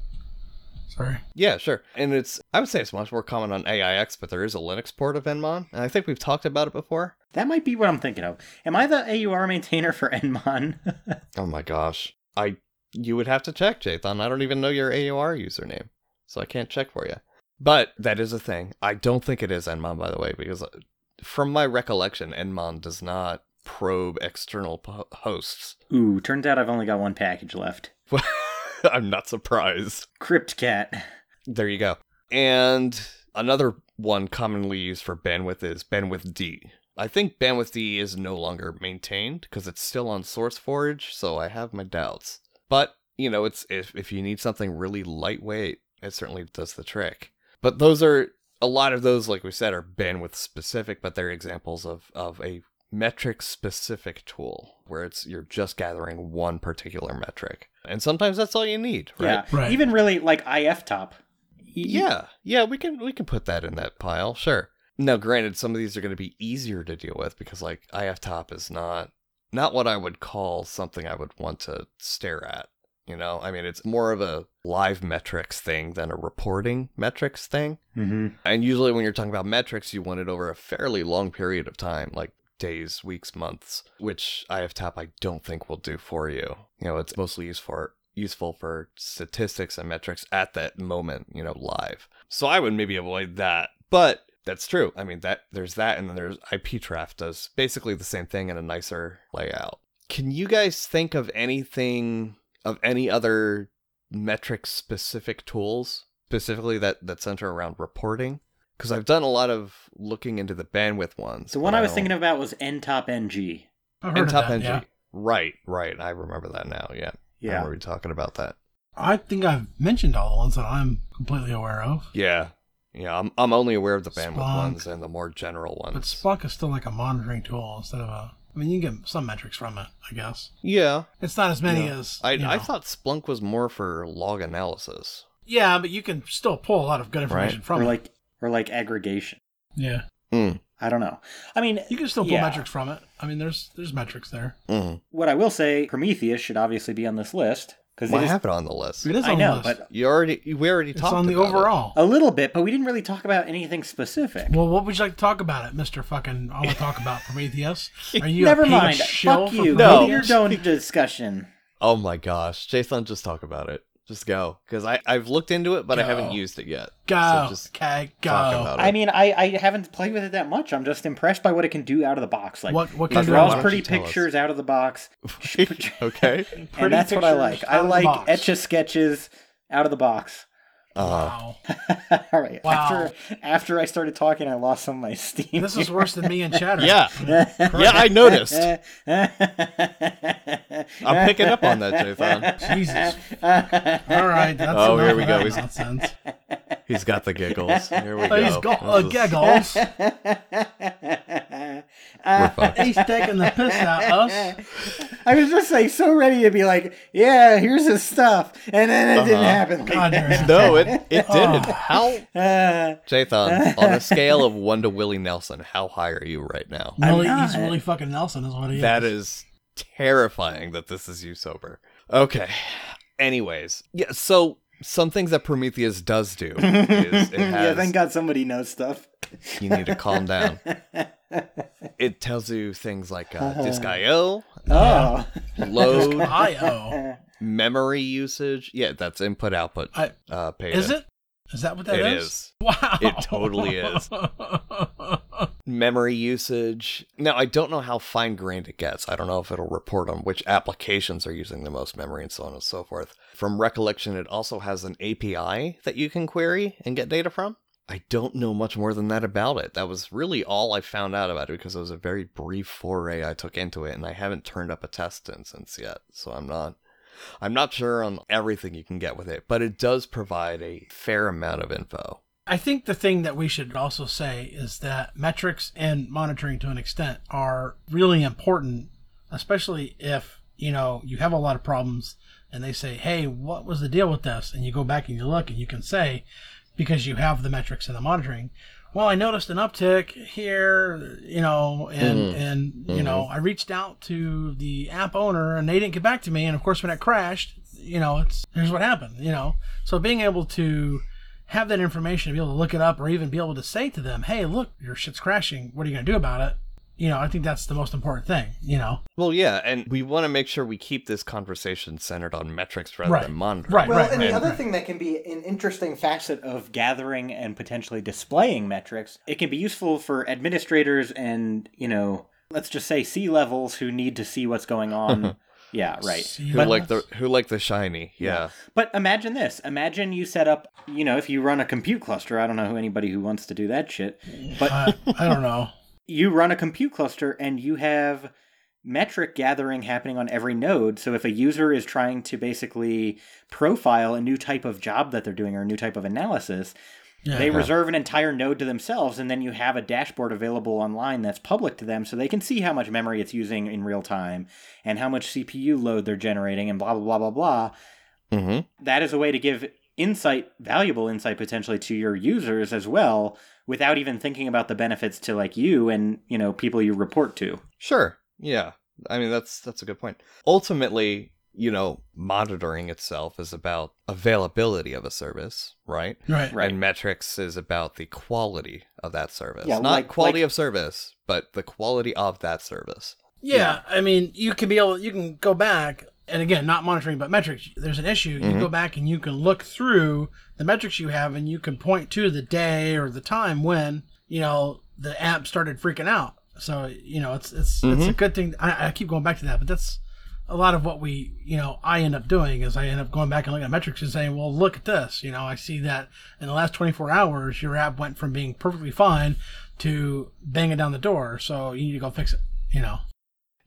Speaker 3: Sorry.
Speaker 1: Yeah, sure. And it's I would say it's much more common on AIX, but there is a Linux port of Enmon, and I think we've talked about it before.
Speaker 2: That might be what I'm thinking of. Am I the AUR maintainer for *laughs* Enmon?
Speaker 1: Oh my gosh. I you would have to check, Jathan. I don't even know your AOR username, so I can't check for you. But that is a thing. I don't think it is Enmon, by the way, because uh, from my recollection, Enmon does not probe external po- hosts. *laughs*
Speaker 2: Ooh, turns out I've only got one package left.
Speaker 1: I'm not surprised.
Speaker 2: CryptCat.
Speaker 1: There you go. And another one commonly used for bandwidth is bandwidth D. I think bandwidth D is no longer maintained because it's still on SourceForge, so I have my doubts. But you know, it's if if you need something really lightweight, it certainly does the trick. But those are a lot of those, like we said, are bandwidth specific, but they're examples of of a metric specific tool where it's you're just gathering one particular metric, and sometimes that's all you need, right?
Speaker 2: Yeah.
Speaker 3: Right.
Speaker 2: Even really like IF top. E,
Speaker 1: Yeah, yeah, we can we can put that in that pile, sure. Now, granted, some of these are going to be easier to deal with because like IF top is not not what I would call something I would want to stare at. You know, I mean, it's more of a live metrics thing than a reporting metrics thing.
Speaker 2: Mm-hmm.
Speaker 1: And usually, when you're talking about metrics, you want it over a fairly long period of time, like days, weeks, months, which IF top I don't think will do for you. You know, it's mostly used for useful for statistics and metrics at that moment, you know, live. So I would maybe avoid that, but that's true. I mean, that there's that, and then there's IPTraf does basically the same thing in a nicer layout. Can you guys think of anything of any other metric specific tools specifically that that center around reporting? Because I've done a lot of looking into the bandwidth ones.
Speaker 2: So one
Speaker 1: but
Speaker 2: I was
Speaker 1: don't-
Speaker 2: thinking about was NTOP NG.
Speaker 3: I've heard
Speaker 1: and
Speaker 3: of
Speaker 1: Top
Speaker 3: that,
Speaker 1: NG.
Speaker 3: yeah.
Speaker 1: Right, right. I remember that now. Yeah. I
Speaker 2: Yeah.
Speaker 1: remember we talking about that.
Speaker 3: I think I've mentioned all the ones that I'm completely aware of.
Speaker 1: Yeah. Yeah, I'm, I'm only aware of the bandwidth
Speaker 3: Splunk.
Speaker 1: ones and the more general
Speaker 3: But
Speaker 1: ones.
Speaker 3: Splunk is still like a monitoring tool instead of a. I mean, you can get some metrics from it, I guess.
Speaker 1: yeah.
Speaker 3: It's not as many
Speaker 1: yeah.
Speaker 3: as
Speaker 1: I,
Speaker 3: you
Speaker 1: I
Speaker 3: know.
Speaker 1: thought Splunk was more for log analysis.
Speaker 3: Yeah, but you can still pull a lot of good information from
Speaker 2: Or
Speaker 3: it.
Speaker 2: like or like aggregation.
Speaker 3: yeah,
Speaker 1: Mm,
Speaker 2: I don't know. I mean,
Speaker 3: you can still pull
Speaker 2: yeah.
Speaker 3: metrics from it. I mean, there's there's metrics there.
Speaker 1: mm.
Speaker 2: What I will say, Prometheus should obviously be on this list because
Speaker 1: Well, I have it on the list.
Speaker 3: It is on
Speaker 2: I
Speaker 3: the
Speaker 2: know,
Speaker 3: list.
Speaker 2: but Oh.
Speaker 1: You already we already
Speaker 3: it's
Speaker 1: talked
Speaker 3: on the
Speaker 1: about it.
Speaker 3: overall.
Speaker 2: a little bit. But we didn't really talk about anything specific.
Speaker 3: Well, what would you like to talk about it, Mister Fucking? I want to
Speaker 1: *laughs*
Speaker 3: talk about Prometheus. Are you a
Speaker 2: Never
Speaker 3: paid
Speaker 2: mind.
Speaker 3: shill
Speaker 2: Fuck
Speaker 3: for
Speaker 2: you.
Speaker 1: No.
Speaker 2: Go
Speaker 3: Prometheus?
Speaker 2: to your own discussion.
Speaker 1: Oh my gosh, Jason, just talk about it. Just go, because I I've looked into it, but I
Speaker 3: Go.
Speaker 1: haven't used it yet.
Speaker 3: Go,
Speaker 1: So *laughs* just
Speaker 3: okay, go.
Speaker 1: talk about it.
Speaker 2: I mean, I, I haven't played with it that much. I'm just impressed by what it can do out of the box. Like
Speaker 3: what what
Speaker 2: it
Speaker 3: can
Speaker 1: Let's
Speaker 3: do?
Speaker 1: roll why
Speaker 2: draws
Speaker 3: about
Speaker 1: don't
Speaker 3: it?
Speaker 2: pretty
Speaker 1: you tell us?
Speaker 2: pictures out of the box,
Speaker 1: okay.
Speaker 3: Pretty
Speaker 2: and that's what I
Speaker 3: pictures
Speaker 2: like. I
Speaker 3: out of the
Speaker 2: like
Speaker 3: box.
Speaker 2: etch a sketches out of the
Speaker 3: *laughs*
Speaker 2: box.
Speaker 1: Uh,
Speaker 3: Wow.
Speaker 2: All right.
Speaker 3: Wow.
Speaker 2: After after I started talking, I lost some of my steam. *laughs*
Speaker 3: This is worse than me and Chatter. *laughs*
Speaker 1: yeah, yeah, I noticed. I'm picking up on that, Jathan.
Speaker 3: Jesus.
Speaker 2: Uh,
Speaker 3: All right. That's
Speaker 1: Oh, here
Speaker 3: enough
Speaker 1: we
Speaker 3: of
Speaker 1: go.
Speaker 3: that
Speaker 1: He's-
Speaker 3: Nonsense.
Speaker 1: He's got the giggles. Here we
Speaker 3: Oh,
Speaker 1: go.
Speaker 3: *laughs* he's got uh,
Speaker 1: This is-
Speaker 3: giggles.
Speaker 1: We're fucked.
Speaker 3: he's taking the piss out of us.
Speaker 2: *laughs* I was just like so ready to be like, yeah, here's his stuff, and then it didn't
Speaker 1: Uh-huh.
Speaker 2: happen. Like *laughs*
Speaker 3: God, you're an
Speaker 1: *laughs* No, it it didn't.
Speaker 3: Oh.
Speaker 1: How,
Speaker 2: that.
Speaker 1: Jathan, on a scale of one to Willie Nelson, how high are you right now?
Speaker 2: I'm
Speaker 3: Willie,
Speaker 2: not.
Speaker 3: he's Willie fucking Nelson, is what he
Speaker 1: That is terrifying that this is you sober. Okay. Anyways, yeah. So some things that Prometheus does
Speaker 3: *laughs*
Speaker 1: do is it
Speaker 2: *laughs* yeah,
Speaker 1: has
Speaker 2: thank God somebody knows stuff.
Speaker 1: you need to calm
Speaker 3: *laughs*
Speaker 1: down. It tells you things like uh, disk IO,
Speaker 2: Oh,
Speaker 1: load,
Speaker 3: Uh-huh. I
Speaker 1: memory usage. Yeah, that's input output.
Speaker 3: I-
Speaker 1: Uh, pay
Speaker 3: Is it? Is that what that
Speaker 1: It
Speaker 3: is?
Speaker 1: is.
Speaker 3: Wow. *laughs*
Speaker 1: It totally is. memory usage. Now, I don't know how fine grained it gets. I don't know if it'll report on which applications are using the most memory and so on and so forth. From recollection, it also has an API that you can query and get data from. I don't know much more than that about it. That was really all I found out about it because it was a very brief foray I took into it, and I haven't turned up a test instance yet, so I'm not I'm not sure on everything you can get with it, but it does provide a fair amount of info.
Speaker 3: I think the thing that we should also say is that metrics and monitoring to an extent are really important, especially if, you know, you have a lot of problems and they say, hey, what was the deal with this? And you go back and you look and you can say, because you have the metrics and the monitoring, well, I noticed an uptick here, you know, and,
Speaker 1: Mhm.
Speaker 3: and you know, I reached out to the app owner and they didn't get back to me. And of course, when it crashed, you know, it's here's what happened, you know. So being able to have that information, be able to look it up, or even be able to say to them, "Hey, look, your shit's crashing. What are you gonna do about it?" You know, I think that's the most important thing. You know,
Speaker 1: Well, yeah, and we want to make sure we keep this conversation centered on metrics rather
Speaker 3: Right.
Speaker 1: than monitoring.
Speaker 3: Right,
Speaker 2: Well,
Speaker 3: right,
Speaker 2: and
Speaker 3: right,
Speaker 2: the other
Speaker 3: right.
Speaker 2: thing that can be an interesting facet of gathering and potentially displaying metrics, it can be useful for administrators and, you know, let's just say C levels who need to see what's going
Speaker 3: *laughs*
Speaker 2: on. yeah, right.
Speaker 3: See
Speaker 1: Who
Speaker 3: what-
Speaker 1: like the who like the shiny? Yeah.
Speaker 2: But imagine this. Imagine you set up, you know, if you run a compute cluster, I don't know who anybody who wants to do that shit, but
Speaker 3: I, I don't know.
Speaker 2: you run a compute cluster and you have metric gathering happening on every node. So if a user is trying to basically profile a new type of job that they're doing or a new type of analysis,
Speaker 3: Yeah.
Speaker 2: they reserve an entire node to themselves and then you have a dashboard available online that's public to them so they can see how much memory it's using in real time and how much CPU load they're generating and blah blah blah blah blah.
Speaker 1: hmm
Speaker 2: That is a way to give insight valuable insight potentially to your users as well without even thinking about the benefits to like you and you know people you report to
Speaker 1: Sure. Yeah. I mean, that's that's a good point. Ultimately, you know, monitoring itself is about availability of a service, right?
Speaker 3: right.
Speaker 2: Right.
Speaker 1: And metrics is about the quality of that service.
Speaker 2: Yeah,
Speaker 1: Not
Speaker 2: like-
Speaker 1: quality
Speaker 2: like-
Speaker 1: of service, but the quality of that service.
Speaker 3: Yeah, I mean, you can be able, you can go back, and again, not monitoring, but metrics. There's an issue. You go back and you can look through the metrics you have, and you can point to the day or the time when you know the app started freaking out. So you know, it's it's it's a good thing. I, I keep going back to that, but that's a lot of what we, you know, I end up doing is I end up going back and looking at metrics and saying, well, look at this. You know, I see that in the last 24 hours, your app went from being perfectly fine to banging down the door. So you need to go fix it. You know.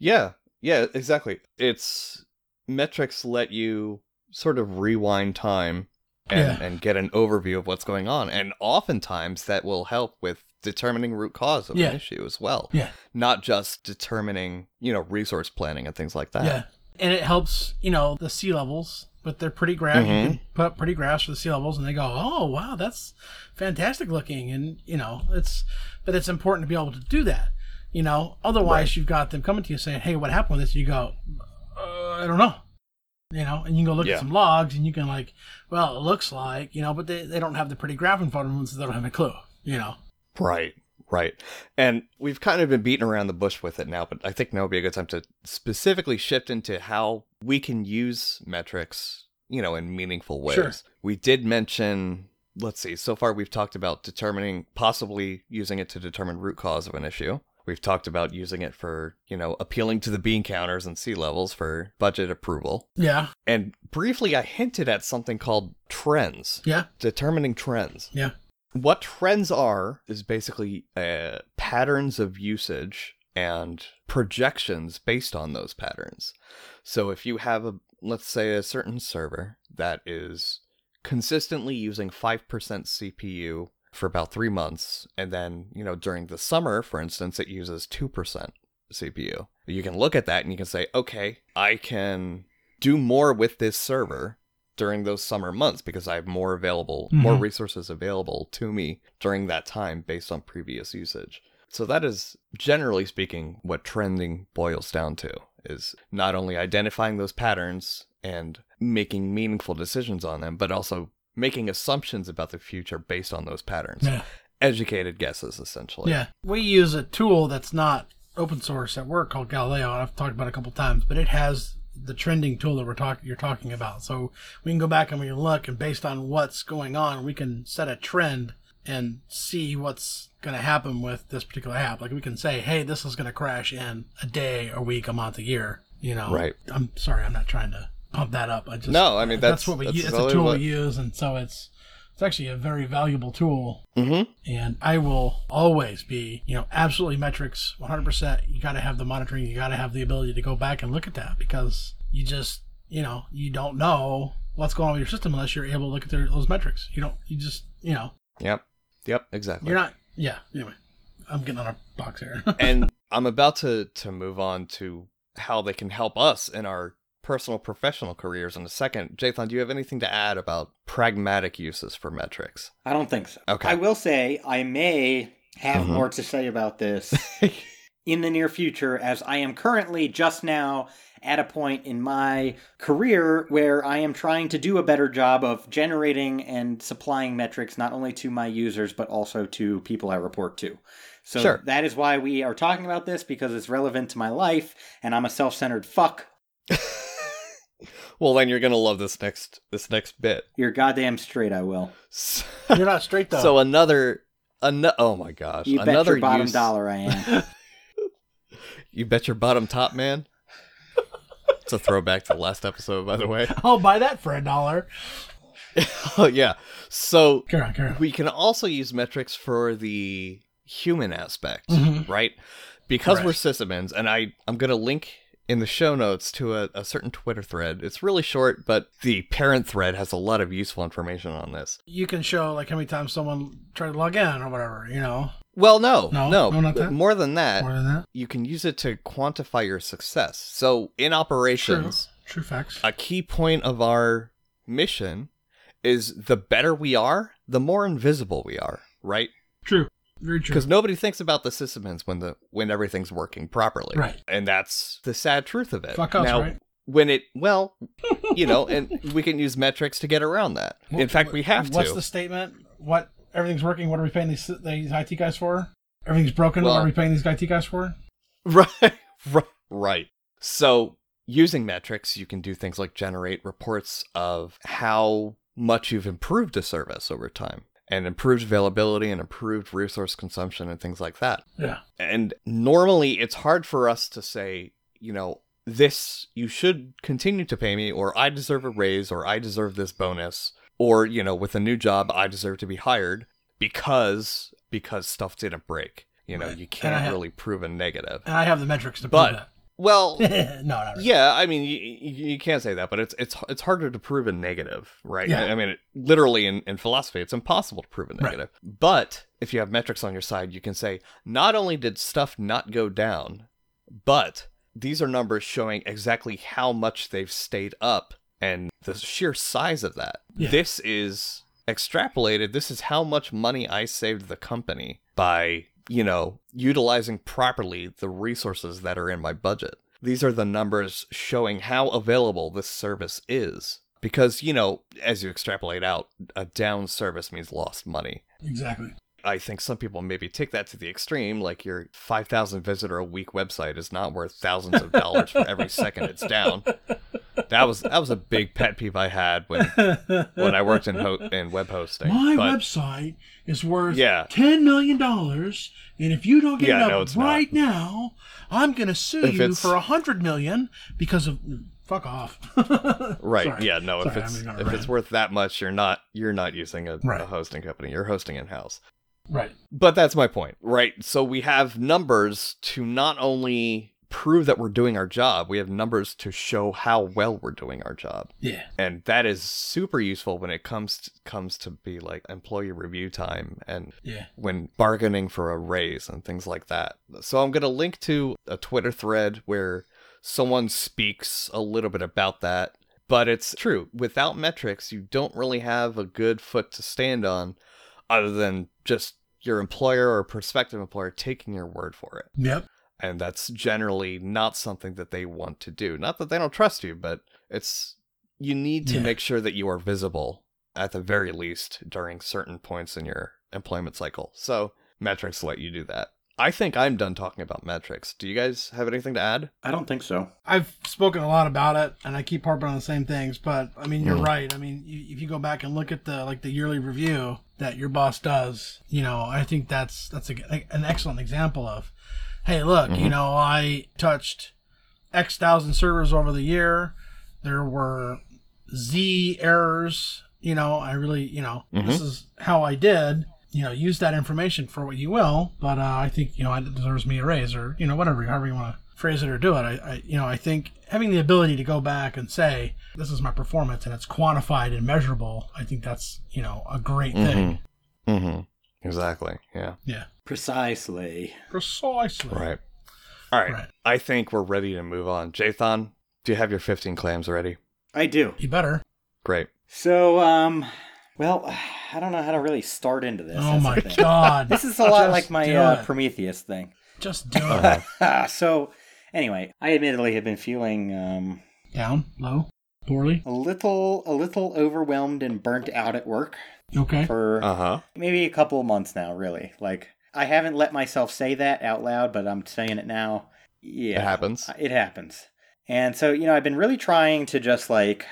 Speaker 1: Yeah, yeah, exactly. It's metrics let you sort of rewind time and,
Speaker 3: Yeah.
Speaker 1: and get an overview of what's going on. And oftentimes that will help with determining root cause of
Speaker 3: Yeah.
Speaker 1: an issue as well.
Speaker 3: Yeah.
Speaker 1: Not just determining, you know, resource planning and things like that.
Speaker 3: Yeah. And it helps, you know, the sea levels with their pretty graph. You
Speaker 1: Mm-hmm.
Speaker 3: can put up pretty graphs for the sea levels and they go, oh, wow, that's fantastic looking. And, you know, it's, but it's important to be able to do that. You know, otherwise you've got them coming to you saying, hey, what happened with this? And you go, uh, I don't know. You know, and you can go look
Speaker 1: Yeah.
Speaker 3: at some logs and you can, like, well, it looks like, you know, but they, they don't have the pretty graph in front of them, so they don't have a clue, you know.
Speaker 1: Right. Right. And we've kind of been beating around the bush with it now, but I think now would be a good time to specifically shift into how we can use metrics, you know, in meaningful ways.
Speaker 3: Sure.
Speaker 1: We did mention, let's see, so far we've talked about determining, possibly using it to determine root cause of an issue. We've talked about using it for, you know, appealing to the bean counters and sea levels for budget approval.
Speaker 3: Yeah.
Speaker 1: And briefly, I hinted at something called trends,
Speaker 3: Yeah.
Speaker 1: determining trends
Speaker 3: Yeah.
Speaker 1: what trends are is basically uh, patterns of usage and projections based on those patterns. So if you have a let's say a certain server that is consistently using 5% CPU for about 3 months and then, you know, during the summer for instance it uses 2% CPU. You can look at that and you can say, "Okay, I can do more with this server during those summer months because I have more available, more
Speaker 3: Mhm.
Speaker 1: resources available to me during that time based on previous usage. So that is generally speaking what trending boils down to is not only identifying those patterns and making meaningful decisions on them, but also making assumptions about the future based on those patterns.
Speaker 3: Yeah.
Speaker 1: Educated guesses essentially.
Speaker 3: Yeah, we use a tool that's not open source at work called Galileo. and I've talked about it a couple times, but it has the trending tool that we're talking you're talking about. So we can go back and we can look, and based on what's going on, we can set a trend and see what's going to happen with this particular app. Like we can say, hey, this is going to crash in a day, a week, a month, a year. You know,
Speaker 1: Right.
Speaker 3: I'm sorry, I'm not trying to pump that up. I just
Speaker 1: No, I mean, that's-
Speaker 3: what we
Speaker 1: that's
Speaker 3: use. It's a
Speaker 1: totally
Speaker 3: tool
Speaker 1: what-
Speaker 3: we use, and so it's it's actually a very valuable tool.
Speaker 1: Mm-hmm.
Speaker 3: And I will always be, you know, absolutely metrics, 100%. You got to have the monitoring. You got to have the ability to go back and look at that because you just, you know, you don't know what's going on with your system unless you're able to look at their, those metrics. You don't, you just, you know,
Speaker 1: Yep. Yep. Exactly.
Speaker 3: you're not, yeah. Anyway, I'm getting on a box here. *laughs*
Speaker 1: and I'm about to to move on to how they can help us in our personal professional careers in a second. Jathan, do you have anything to add about pragmatic uses for
Speaker 2: *laughs*
Speaker 1: metrics?
Speaker 2: I don't think so.
Speaker 1: Okay.
Speaker 2: I will say I may have
Speaker 1: Mhm.
Speaker 2: more to say
Speaker 1: *laughs*
Speaker 2: about this in the near future, as I am currently just now at a point in my career where I am trying to do a better job of generating and supplying metrics not only to my users but also to people I report to. So
Speaker 1: Sure.
Speaker 2: that is why we are talking about this because it's relevant to my life, and I'm a self-centered fuck.
Speaker 1: well, then you're gonna love this next this next bit.
Speaker 2: You're goddamn straight, I will.
Speaker 1: So,
Speaker 3: you're not straight
Speaker 1: *laughs*
Speaker 3: though.
Speaker 1: so uh, another, ano- oh my gosh,
Speaker 2: You bet
Speaker 1: another
Speaker 2: your bottom
Speaker 1: use-
Speaker 2: dollar
Speaker 1: *laughs*
Speaker 2: I am.
Speaker 1: You bet your bottom top,
Speaker 2: *laughs*
Speaker 1: man. it's a throwback to the last episode, by the
Speaker 2: *laughs*
Speaker 1: way. *laughs*
Speaker 3: I'll Oh, buy that for a dollar.
Speaker 1: oh yeah. So
Speaker 3: Carry on, carry on.
Speaker 1: we can also use metrics for the human aspect,
Speaker 3: Mhm.
Speaker 1: right? Because we're
Speaker 3: Correct.
Speaker 1: sysadmins, and I I'm gonna link in the show notes to a, a certain Twitter thread. It's really short, but the parent thread has a lot of useful information on this.
Speaker 3: You can show like how many times someone tried to log in or whatever, you know,
Speaker 1: Well, no,
Speaker 3: No,
Speaker 1: no,
Speaker 3: no, not that.
Speaker 1: more than that.
Speaker 3: more than that.
Speaker 1: you can use it to quantify your success. So in operations,
Speaker 3: True facts.
Speaker 1: a key point of our mission is the better we are, the more invisible we are, right?
Speaker 3: True. Very true.
Speaker 1: Because nobody thinks about the sysadmins when the when everything's working properly,
Speaker 3: Right.
Speaker 1: And that's the sad truth of it.
Speaker 3: Fuck us,
Speaker 1: now,
Speaker 3: right?
Speaker 1: when it
Speaker 3: *laughs*
Speaker 1: well, you know, and we can use metrics to get around that. In
Speaker 3: What-
Speaker 1: fact, we have
Speaker 3: What's
Speaker 1: to. *laughs*
Speaker 3: the statement? What everything's working? What are we paying these these IT guys for? Everything's broken. what
Speaker 1: Well-
Speaker 3: are we paying these IT guys for?
Speaker 1: Right, right, right. So, using metrics, you can do things like generate reports of how much you've improved a service over time and improved availability and improved resource consumption and things like that.
Speaker 3: Yeah.
Speaker 1: And normally it's hard for us to say, you know, this, you should continue to pay me, or I deserve a raise, or I deserve this bonus, or, you know, with a new job, I deserve to be hired because because stuff didn't break. You know,
Speaker 3: Right.
Speaker 1: you
Speaker 3: And I
Speaker 1: can't
Speaker 3: have-
Speaker 1: really prove a negative.
Speaker 3: And I have the metrics to prove
Speaker 1: But well,
Speaker 3: that. *laughs* no, not really.
Speaker 1: yeah, I mean, you, you can't say that, but it's it's it's harder to prove a negative, right?
Speaker 3: Yeah.
Speaker 1: I mean, it, literally in, in philosophy, it's impossible to prove a
Speaker 3: Right.
Speaker 1: negative. But if you have metrics on your side, you can say not only did stuff not go down, but these are numbers showing exactly how much they've stayed up and the sheer size of that.
Speaker 3: Yeah.
Speaker 1: This is extrapolated. This is how much money I saved the company by, you know, utilizing properly the resources that are in my budget. These are the numbers showing how available this service is. Because, you know, as you extrapolate out, a down service means lost money.
Speaker 3: Exactly.
Speaker 1: I think some people maybe take that to the extreme, like your 5,000 visitor a week website is not worth thousands of dollars for every second it's down. That was that was a big pet peeve I had when when I worked in ho- in web hosting.
Speaker 3: My
Speaker 1: but
Speaker 3: website is worth
Speaker 1: Yeah.
Speaker 3: ten million dollars, and if you don't get
Speaker 1: Yeah,
Speaker 3: it
Speaker 1: no,
Speaker 3: up
Speaker 1: it's not.
Speaker 3: right now, I'm gonna sue
Speaker 1: If
Speaker 3: you
Speaker 1: it's-
Speaker 3: for a hundred million because of fuck off. *laughs*
Speaker 1: right,
Speaker 3: Sorry.
Speaker 1: yeah, no, if
Speaker 3: Sorry,
Speaker 1: it's
Speaker 3: I'm gonna
Speaker 1: if
Speaker 3: rant.
Speaker 1: it's worth that much, you're not you're not using a,
Speaker 3: Right.
Speaker 1: a hosting company. You're hosting in house.
Speaker 3: right.
Speaker 1: But that's my point, right? So we have numbers to not only prove that we're doing our job, we have numbers to show how well we're doing our job.
Speaker 3: Yeah.
Speaker 1: and that is super useful when it comes to, comes to be like employee review time and
Speaker 3: Yeah.
Speaker 1: when bargaining for a raise and things like that. So I'm going to link to a Twitter thread where someone speaks a little bit about that, but it's true. Without metrics, you don't really have a good foot to stand on other than just your employer or prospective employer taking your word for it.
Speaker 3: Yep.
Speaker 1: And that's generally not something that they want to do. Not that they don't trust you, but it's you need to
Speaker 3: Yeah.
Speaker 1: make sure that you are visible at the very least during certain points in your employment cycle. So metrics let you do that. I think I'm done talking about metrics. Do you guys have anything to add?
Speaker 2: I don't think so.
Speaker 3: I've spoken a lot about it, and I keep harping on the same things. But I mean, you're
Speaker 1: Mhm.
Speaker 3: right. I mean, you, if you go back and look at the like the yearly review, that your boss does, you know, I think that's that's a, an excellent example of, hey, look, you know, I touched X thousand servers over the year. There were Z errors. You know, I really, you know, this is how I did. You know, use that information for what you will, but uh, I think you know it deserves me a raise or you know whatever, however you want to phrase it or do it. I, I, you know, I think having the ability to go back and say this is my performance and it's quantified and measurable. I think that's you know a great thing.
Speaker 1: Mm-hmm. Exactly. Yeah.
Speaker 3: Yeah,
Speaker 2: Precisely.
Speaker 3: precisely.
Speaker 1: Right. All right.
Speaker 3: Right.
Speaker 1: I think we're ready to move on. Jathan, do you have your 15 clams ready?
Speaker 2: I do.
Speaker 3: You better.
Speaker 1: Great.
Speaker 2: So, um, well, I don't know how to really start into this.
Speaker 3: oh
Speaker 2: That's the
Speaker 3: my
Speaker 2: thing. *laughs*
Speaker 3: god.
Speaker 2: This is a lot
Speaker 3: Just
Speaker 2: like my
Speaker 3: do
Speaker 2: uh,
Speaker 3: it.
Speaker 2: Prometheus thing.
Speaker 3: Just do it.
Speaker 1: Uh-huh.
Speaker 2: *laughs* so, anyway, I admittedly have been feeling um,
Speaker 3: Down, low, poorly.
Speaker 2: a little, a little overwhelmed and burnt out at work
Speaker 3: Okay.
Speaker 2: for
Speaker 1: Uh-huh.
Speaker 2: maybe a couple of months now. Really, like I haven't let myself say that out loud, but I'm saying it now. Yeah, Uh,
Speaker 1: It happens.
Speaker 2: It happens. And so, you know, I've been really trying to just like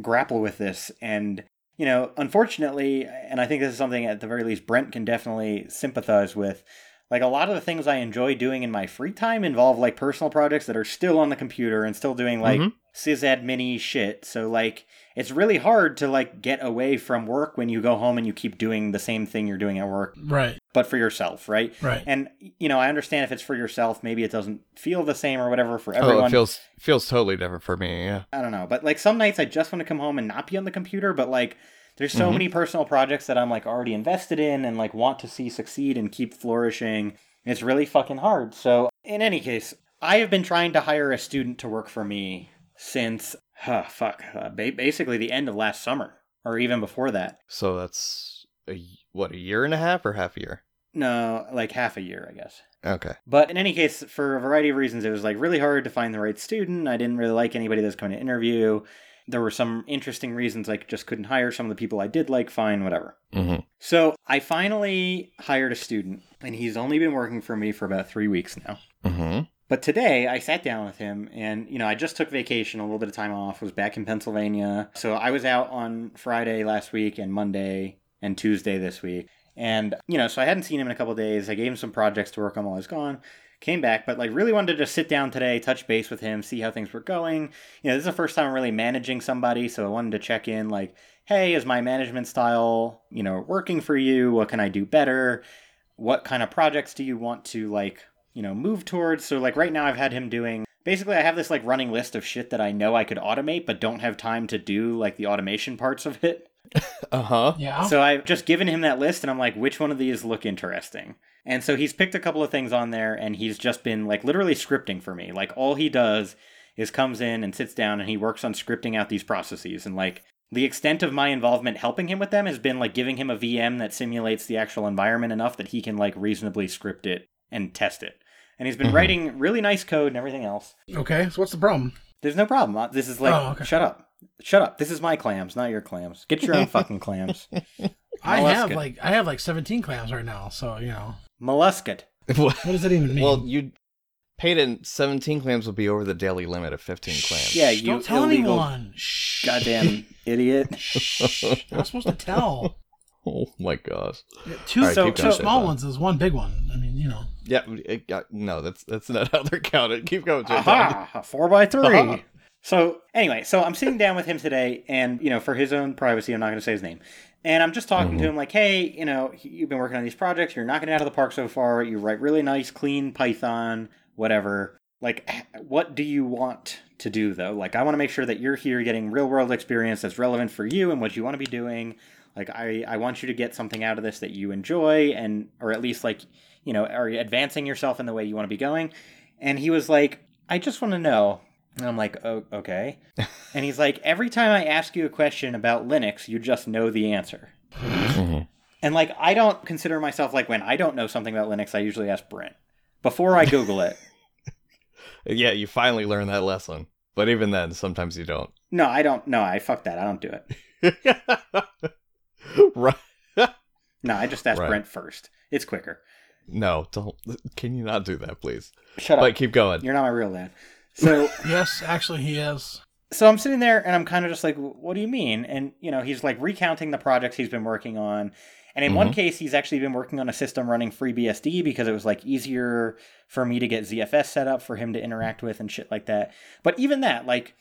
Speaker 2: grapple with this. And, you know, unfortunately, and I think this is something at the very least Brent can definitely sympathize with, like a lot of the things I enjoy doing in my free time involve like personal projects that are still on the computer and still doing like
Speaker 1: Mhm.
Speaker 2: sysadmin mini shit. So, like, it's really hard to like get away from work when you go home and you keep doing the same thing you're doing at work,
Speaker 3: Right.
Speaker 2: but for yourself, right?
Speaker 3: Right.
Speaker 2: And, you know, I understand if it's for yourself, maybe it doesn't feel the same or whatever for everyone.
Speaker 1: Oh, it feels feels totally different for me. Yeah.
Speaker 2: I don't know, but like some nights I just want to come home and not be on the computer, but like there's so
Speaker 1: Mhm.
Speaker 2: many personal projects that I'm like already invested in and like want to see succeed and keep flourishing. It's really fucking hard. So, in any case, I have been trying to hire a student to work for me since huh, fuck, uh, ba- basically the end of last summer or even before that.
Speaker 1: So that's a y- what a year and a half or half a year.
Speaker 2: No, like half a year, I guess.
Speaker 1: Okay.
Speaker 2: But in any case, for a variety of reasons, it was like really hard to find the right student. I didn't really like anybody that was coming to interview. There were some interesting reasons I just couldn't hire some of the people I did like, fine, whatever.
Speaker 1: Mhm.
Speaker 2: So I finally hired a student, and he's only been working for me for about three weeks now.
Speaker 1: Mhm.
Speaker 2: But today I sat down with him and, you know, I just took vacation, a little bit of time off, was back in Pennsylvania. So I was out on Friday last week and Monday and Tuesday this week. And, you know, so I hadn't seen him in a couple of days. I gave him some projects to work on while I was gone. Came back, but like really wanted to just sit down today, touch base with him, see how things were going. You know, this is the first time I'm really managing somebody, so I wanted to check in like, hey, is my management style, you know, working for you? What can I do better? What kind of projects do you want to like you know move towards so like right now i've had him doing basically i have this like running list of shit that i know i could automate but don't have time to do like the automation parts of it
Speaker 1: Uh-huh.
Speaker 3: Yeah.
Speaker 2: so i've just given him that list and i'm like which one of these look interesting and so he's picked a couple of things on there and he's just been like literally scripting for me like all he does is comes in and sits down and he works on scripting out these processes and like the extent of my involvement helping him with them has been like giving him a VM that simulates the actual environment enough that he can like reasonably script it and test it. And he's been
Speaker 1: Mhm.
Speaker 3: Mm-hmm.
Speaker 2: writing really nice code and everything else.
Speaker 3: okay. So what's the problem?
Speaker 2: There's no problem. Uh, This is like
Speaker 3: Oh, okay.
Speaker 2: shut up. Shut up. This is my clams, not your clams. Get your own fucking
Speaker 3: *laughs*
Speaker 2: clams.
Speaker 3: I
Speaker 2: Molluscate.
Speaker 3: have like I have like 17 clams right now. So you know
Speaker 2: Molluscate.
Speaker 3: what does that even
Speaker 1: *laughs*
Speaker 3: mean?
Speaker 1: well, you paid in 17 clams would be over the daily limit of 15 clams.
Speaker 2: Yeah,
Speaker 3: Shh,
Speaker 2: you
Speaker 3: don't tell
Speaker 2: illegal
Speaker 3: anyone. Shh.
Speaker 2: Goddamn idiot.
Speaker 3: Shh. Not supposed to tell.
Speaker 1: Oh my gosh.
Speaker 3: Yeah, Two,
Speaker 1: All right,
Speaker 2: So-
Speaker 1: keep
Speaker 3: two
Speaker 1: going,
Speaker 3: small
Speaker 1: Jathan.
Speaker 3: ones is one big one. I mean, you know.
Speaker 1: Yeah, it, yeah, no, that's that's not *laughs* how they're counted. Keep going, Jathan. *laughs*
Speaker 2: Aha! A *laughs* Four by three.
Speaker 1: Aha.
Speaker 2: So anyway, so I'm sitting down with him today, and you know, for his own privacy, I'm not going to say his name. And I'm just talking to him like, hey, you know, you've been working on these projects. You're knocking it out of the park so far. You write really nice, clean Python, whatever. Like, h- what do you want to do though? Like, I want to make sure that you're here getting real world experience that's relevant for you and what you want to be doing. Like, I I want you to get something out of this that you enjoy, and or at least like, you know, are you advancing yourself in the way you want to be going? And he was like, I just want to know. And I'm like, oh, okay. and he's like, every time I ask you a question about Linux, you just know the answer. and like, I don't consider myself like when I don't know something about Linux, I usually ask Brent before I
Speaker 1: *laughs*
Speaker 2: Google it.
Speaker 1: Yeah, you finally learned that lesson. But even then, sometimes you don't.
Speaker 2: No, I don't. No, I fuck that. I don't do it.
Speaker 1: *laughs* right.
Speaker 2: No, I just ask
Speaker 1: Right.
Speaker 2: Brent first. It's quicker.
Speaker 1: No, don't. *laughs* Can you not do that, please?
Speaker 2: Shut
Speaker 1: But
Speaker 2: up.
Speaker 1: keep going.
Speaker 2: You're not my real dad. So.
Speaker 3: Yes, actually, he is.
Speaker 2: so I'm sitting there and I'm kind of just like, what do you mean? And you know, he's like recounting the projects he's been working on, And in one case, he's actually been working on a system running FreeBSD because it was like easier for me to get ZFS set up for him to interact with and shit like that. But even that, like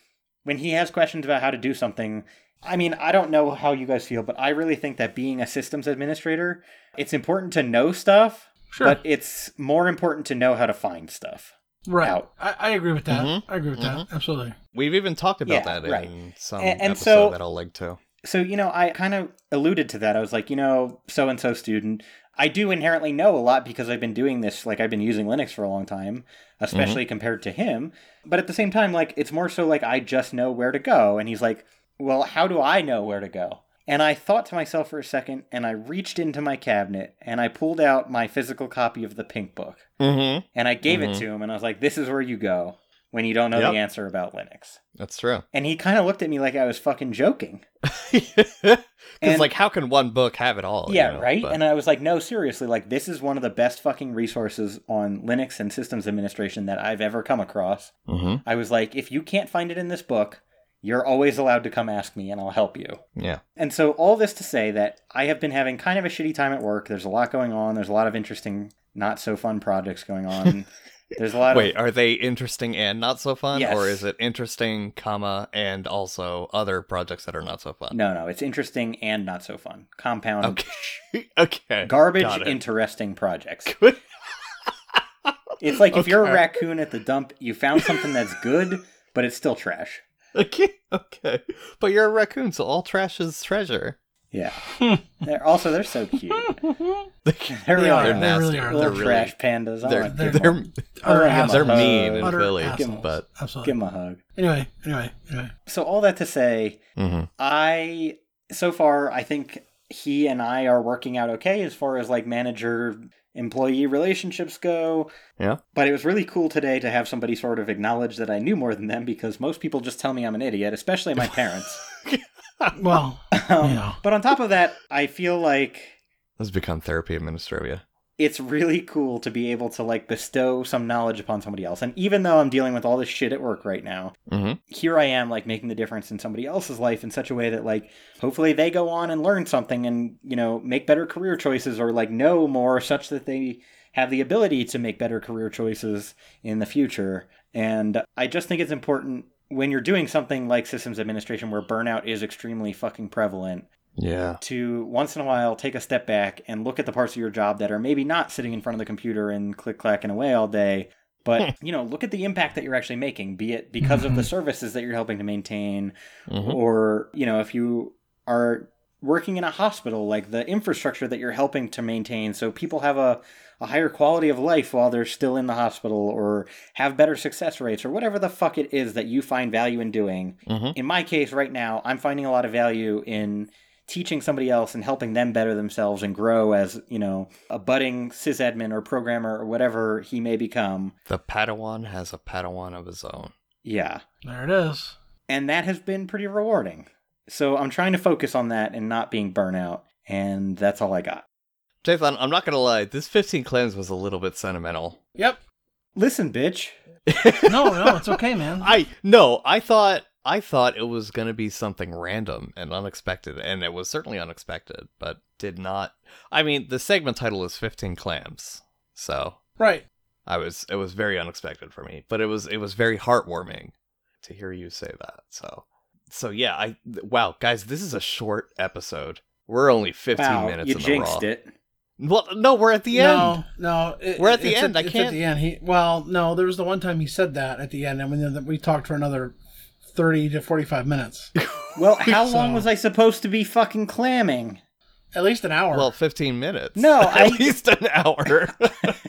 Speaker 2: when he has questions about how to do something, I mean, I don't know how you guys feel, but I really think that being a systems administrator, it's important to know stuff,
Speaker 3: Sure.
Speaker 2: but it's more important to know how to find stuff.
Speaker 3: right.
Speaker 2: out.
Speaker 3: I, I agree with that.
Speaker 1: Mhm.
Speaker 3: I agree with that. Absolutely.
Speaker 1: We've even talked about
Speaker 2: Yeah,
Speaker 1: that in
Speaker 2: right.
Speaker 1: some
Speaker 2: A- and
Speaker 1: episode
Speaker 2: so-
Speaker 1: that I'll link to.
Speaker 2: so you know i kind of alluded to that i was like you know so and so student i do inherently know a lot because i've been doing this like i've been using linux for a long time especially
Speaker 1: Mm-hmm.
Speaker 2: compared to him but at the same time like it's more so like i just know where to go and he's like well how do i know where to go and i thought to myself for a second and i reached into my cabinet and i pulled out my physical copy of the pink book
Speaker 1: Mm-hmm.
Speaker 2: and i gave
Speaker 1: Mhm.
Speaker 2: it to him and i was like this is where you go when you don't know
Speaker 1: Yep.
Speaker 2: the answer about linux
Speaker 1: That's true.
Speaker 2: and he kind of looked at me like i was fucking joking
Speaker 1: Because
Speaker 2: And-
Speaker 1: like, how can one book have it all? you
Speaker 2: yeah
Speaker 1: know?
Speaker 2: right
Speaker 1: Oh, But-
Speaker 2: and uh, i was like no seriously like this is one of the best fucking resources on linux and systems administration that i've ever come across
Speaker 1: Mhm.
Speaker 2: i was like if you can't find it in this book you're always allowed to come ask me and i'll help you
Speaker 1: Yeah.
Speaker 2: and so all this to say that i have been having kind of a shitty time at work there's a lot going on there's a lot of interesting not so fun projects
Speaker 1: *laughs*
Speaker 2: going on there's a lot
Speaker 1: Wait, are they interesting and not so fun,
Speaker 2: uh, Yes.
Speaker 1: or is it interesting, comma, and also other projects that are not so
Speaker 2: of
Speaker 1: fun?
Speaker 2: no no it's interesting and not so fun compound
Speaker 1: Okay. *laughs* okay.
Speaker 2: garbage
Speaker 1: Got it.
Speaker 2: interesting projects
Speaker 1: Good. *laughs*
Speaker 2: It's like if you're a
Speaker 1: Okay.
Speaker 2: raccoon at the dump, you found something that's good, but it's still trash.
Speaker 1: okay. Okay. But you're a raccoon, so all trash is treasure. *laughs*
Speaker 2: Yeah. they're, also, they're so cute. *laughs* They're
Speaker 3: They
Speaker 2: really
Speaker 3: are.
Speaker 1: They're
Speaker 2: nice.
Speaker 3: they
Speaker 1: nasty.
Speaker 3: really are.
Speaker 2: Little
Speaker 1: They're really.
Speaker 2: trash pandas. I
Speaker 1: They're
Speaker 2: like
Speaker 1: they're
Speaker 2: them.
Speaker 1: *laughs* they're,
Speaker 3: Utter
Speaker 2: Give 'em a
Speaker 3: assholes.
Speaker 2: hug.
Speaker 1: mean in
Speaker 3: Utter
Speaker 1: Philly,
Speaker 3: assholes.
Speaker 1: but
Speaker 3: Absolutely.
Speaker 2: Give them a hug.
Speaker 3: Anyway, anyway, anyway.
Speaker 2: So all that to say,
Speaker 1: Mhm.
Speaker 2: I so far I think he and I are working out okay as far as like manager employee relationships go.
Speaker 1: Yeah.
Speaker 2: But it was really cool today to have somebody sort of acknowledge that I knew more than them because most people just tell me I'm an idiot, especially my parents.
Speaker 3: Well,
Speaker 2: Um,
Speaker 3: Yeah.
Speaker 2: But on top of that, I feel like
Speaker 1: this has become therapy administrivia.
Speaker 2: it's really cool to be able to like bestow some knowledge upon somebody else. And even though I'm dealing with all this shit at work right now,
Speaker 1: Mhm.
Speaker 2: here I am like making the difference in somebody else's life in such a way that like hopefully they go on and learn something and, you know, make better career choices or like know more such that they have the ability to make better career choices in the future. And I just think it's important when you're doing something like systems administration where burnout is extremely fucking prevalent
Speaker 1: Yeah.
Speaker 2: to once in a while take a step back and look at the parts of your job that are maybe not sitting in front of the computer and click clacking away all day but you know look at the impact that you're actually making be it because of the services that you're helping to maintain
Speaker 1: Mhm.
Speaker 2: or you know if you are working in a hospital like the infrastructure that you're helping to maintain so people have a, a higher quality of life while they're still in the hospital or have better success rates or whatever the fuck it is that you find value in doing
Speaker 1: Mhm.
Speaker 2: in my case right now i'm finding a lot of value in teaching somebody else and helping them better themselves and grow as you know a budding sysadmin or programmer or whatever he may become
Speaker 1: The Padawan has a Padawan of his own.
Speaker 2: yeah
Speaker 3: there it is.
Speaker 2: and that has been pretty rewarding. So I'm trying to focus on that and not being burnout, and that's all I got.
Speaker 1: Jathan, I'm not gonna lie. This 15 claims was a little bit sentimental.
Speaker 3: Yep.
Speaker 2: Listen, bitch.
Speaker 3: *laughs* No, no, it's okay, man.
Speaker 1: *laughs* I no, I thought I thought it was gonna be something random and unexpected, and it was certainly unexpected, but did not. I mean, the segment title is "15 Clams," so
Speaker 3: right.
Speaker 1: I was it was very unexpected for me, but it was it was very heartwarming to hear you say that. So so yeah, I th- wow, guys, this is a short episode. We're only 15
Speaker 2: Wow,
Speaker 1: minutes.
Speaker 2: you
Speaker 1: in
Speaker 2: jinxed
Speaker 1: the raw.
Speaker 2: it.
Speaker 1: Well, no, we're at the end.
Speaker 3: No, no. it-
Speaker 1: We're at the
Speaker 3: it's
Speaker 1: end. I
Speaker 3: it's
Speaker 1: can't-
Speaker 3: At the end. He, well, no, there was the one time he said that at the end, and we, then we talked for another thirty to
Speaker 1: *laughs*
Speaker 3: forty-five minutes,
Speaker 2: Well, how long
Speaker 3: So-
Speaker 2: was I supposed to be fucking clamming?
Speaker 3: at least an hour.
Speaker 1: Well, 15 minutes.
Speaker 2: No,
Speaker 1: *laughs* at
Speaker 2: I-
Speaker 1: least an hour.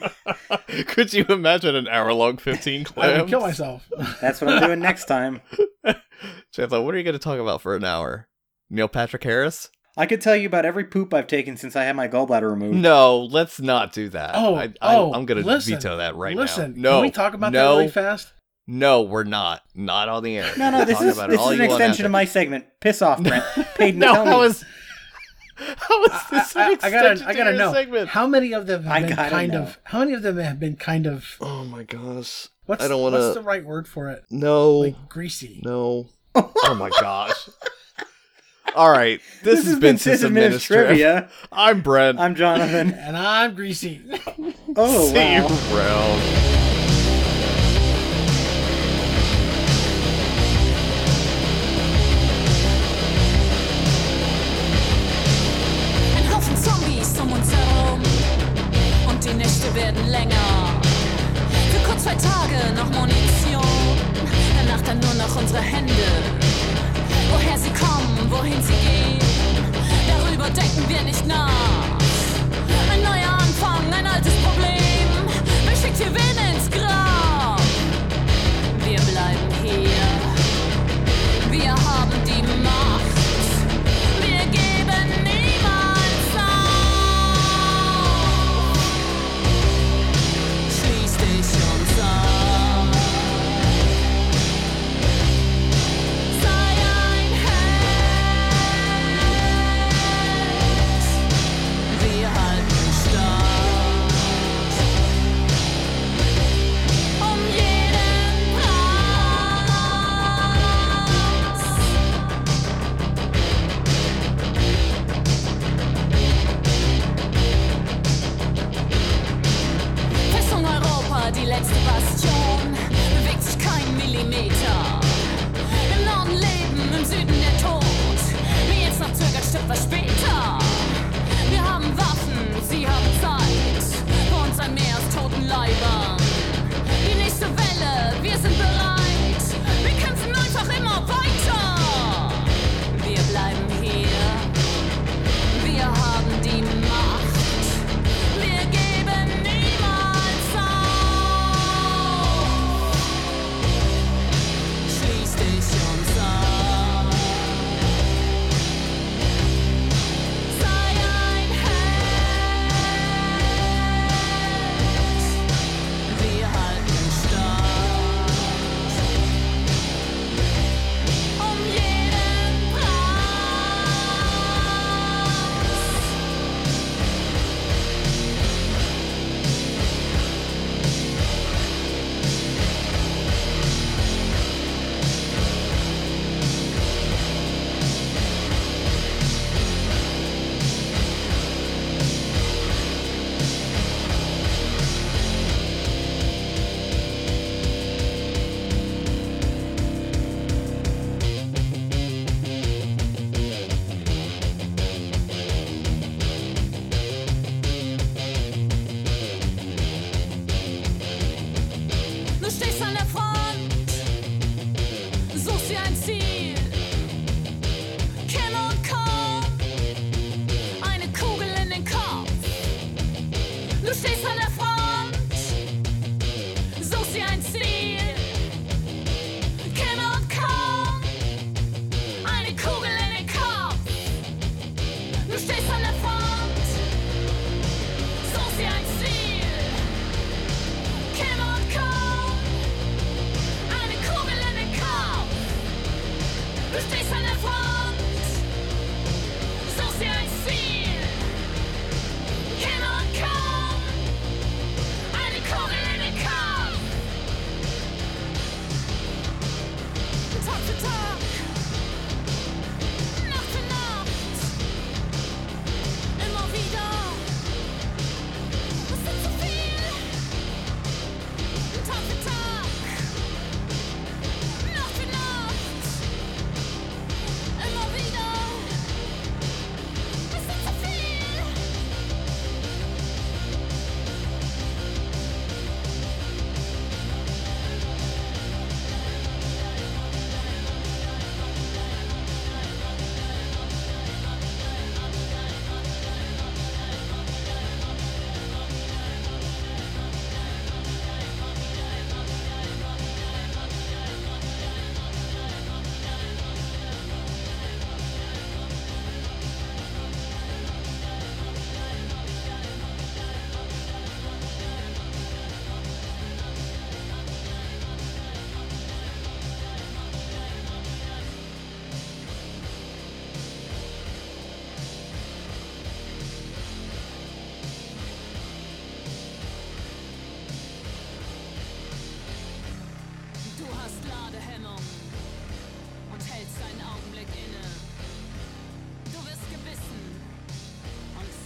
Speaker 1: *laughs* Could you imagine an hour long 15
Speaker 3: I would
Speaker 1: clams?
Speaker 3: kill myself.
Speaker 2: That's what I'm doing next time.
Speaker 1: Jathan, what are you going to talk about for an hour? Neil Patrick Harris?
Speaker 2: I could tell you about every poop I've taken since I had my gallbladder removed.
Speaker 1: No, let's not do that.
Speaker 3: *laughs* Mm. Oh,
Speaker 1: I, I,
Speaker 3: oh,
Speaker 1: I'm going to
Speaker 3: listen,
Speaker 1: veto that right
Speaker 3: Listen,
Speaker 1: now. No,
Speaker 3: can we talk about
Speaker 1: no,
Speaker 3: that
Speaker 1: *laughs*
Speaker 3: really fast?
Speaker 1: No, we're not. Not on the air.
Speaker 2: No, no,
Speaker 1: We'll
Speaker 2: this
Speaker 1: talk
Speaker 2: is
Speaker 1: about it
Speaker 2: this
Speaker 1: all
Speaker 2: is an
Speaker 1: you want
Speaker 2: extension
Speaker 1: after.
Speaker 2: of my segment. Piss off,
Speaker 1: *laughs*
Speaker 2: Brent. Paid me.
Speaker 1: No,
Speaker 2: tell me.
Speaker 1: how is *laughs* how is this
Speaker 3: I,
Speaker 1: an
Speaker 3: I- I gotta,
Speaker 1: extension
Speaker 3: I gotta
Speaker 1: to your
Speaker 3: know
Speaker 1: segment?
Speaker 3: how many of them have
Speaker 2: I
Speaker 3: been
Speaker 2: gotta
Speaker 3: kind
Speaker 2: know.
Speaker 3: of. How many of them have been kind of.
Speaker 1: oh my gosh!
Speaker 3: What's,
Speaker 1: I don't want
Speaker 3: what's
Speaker 1: to.
Speaker 3: the right word for it?
Speaker 1: No,
Speaker 3: Like greasy.
Speaker 1: no. Oh my gosh! All right. This, has been System
Speaker 2: Minutes
Speaker 1: Ministry.
Speaker 2: Trivia.
Speaker 1: I'm Brent. *laughs*
Speaker 2: I'm Jonathan.
Speaker 3: And I'm Greasy. *laughs*
Speaker 2: Oh,
Speaker 1: See you
Speaker 2: wow.
Speaker 1: around.
Speaker 4: Ein Haufen Zombies um uns herum. Und die Nächte werden länger. Für kurz zwei Tage noch Munition. Danach dann nur noch unsere Hände. Woher sie kommen, wohin sie gehen. Darüber denken wir nicht nach. Ein neuer Anfang, ein altes Problem. Wer schickt hier wen ins Grab? Wir bleiben hier. Wir haben die Macht. Wir geben niemals auf. Schließ dich uns an. Sei ein Held. Wir halten stand. Um jeden Preis. Festung Europa, die letzte Bastion, bewegt sich kein Millimeter. Im Norden Leben, im Süden der Tod. Wer jetzt noch zögert, stirbt was später. Wir haben Waffen, sie haben Zeit. Vor uns ein Meer aus toten Leibern. Die nächste Welle, wir sind bereit. Wir kämpfen einfach immer weiter. Wir bleiben hier. Wir haben die Macht. Wir geben niemals auf. Schließ dich uns an. Sei ein Held. Wir halten stand. Um jeden Preis. Du stehst an der Front, suchst dir ein Ziel. Kim und Korn, eine Kugel in den Kopf. Du stehst an der Front, suchst dir ein Ziel. Kim und Korn, eine Kugel in den Kopf. Du stehst an der Front, suchst dir ein Ziel. Kim und Korn, eine Kugel in den Kopf. Du stehst an der Front, suchst dir ein Ziel. Kim und Korn, eine Kugel in den Kopf. Tag für Tag, Nacht für Nacht, immer wieder. Es ist zu viel. Tag für Tag, Nacht für Nacht, immer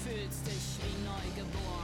Speaker 4: fühlst dich wie neugeboren.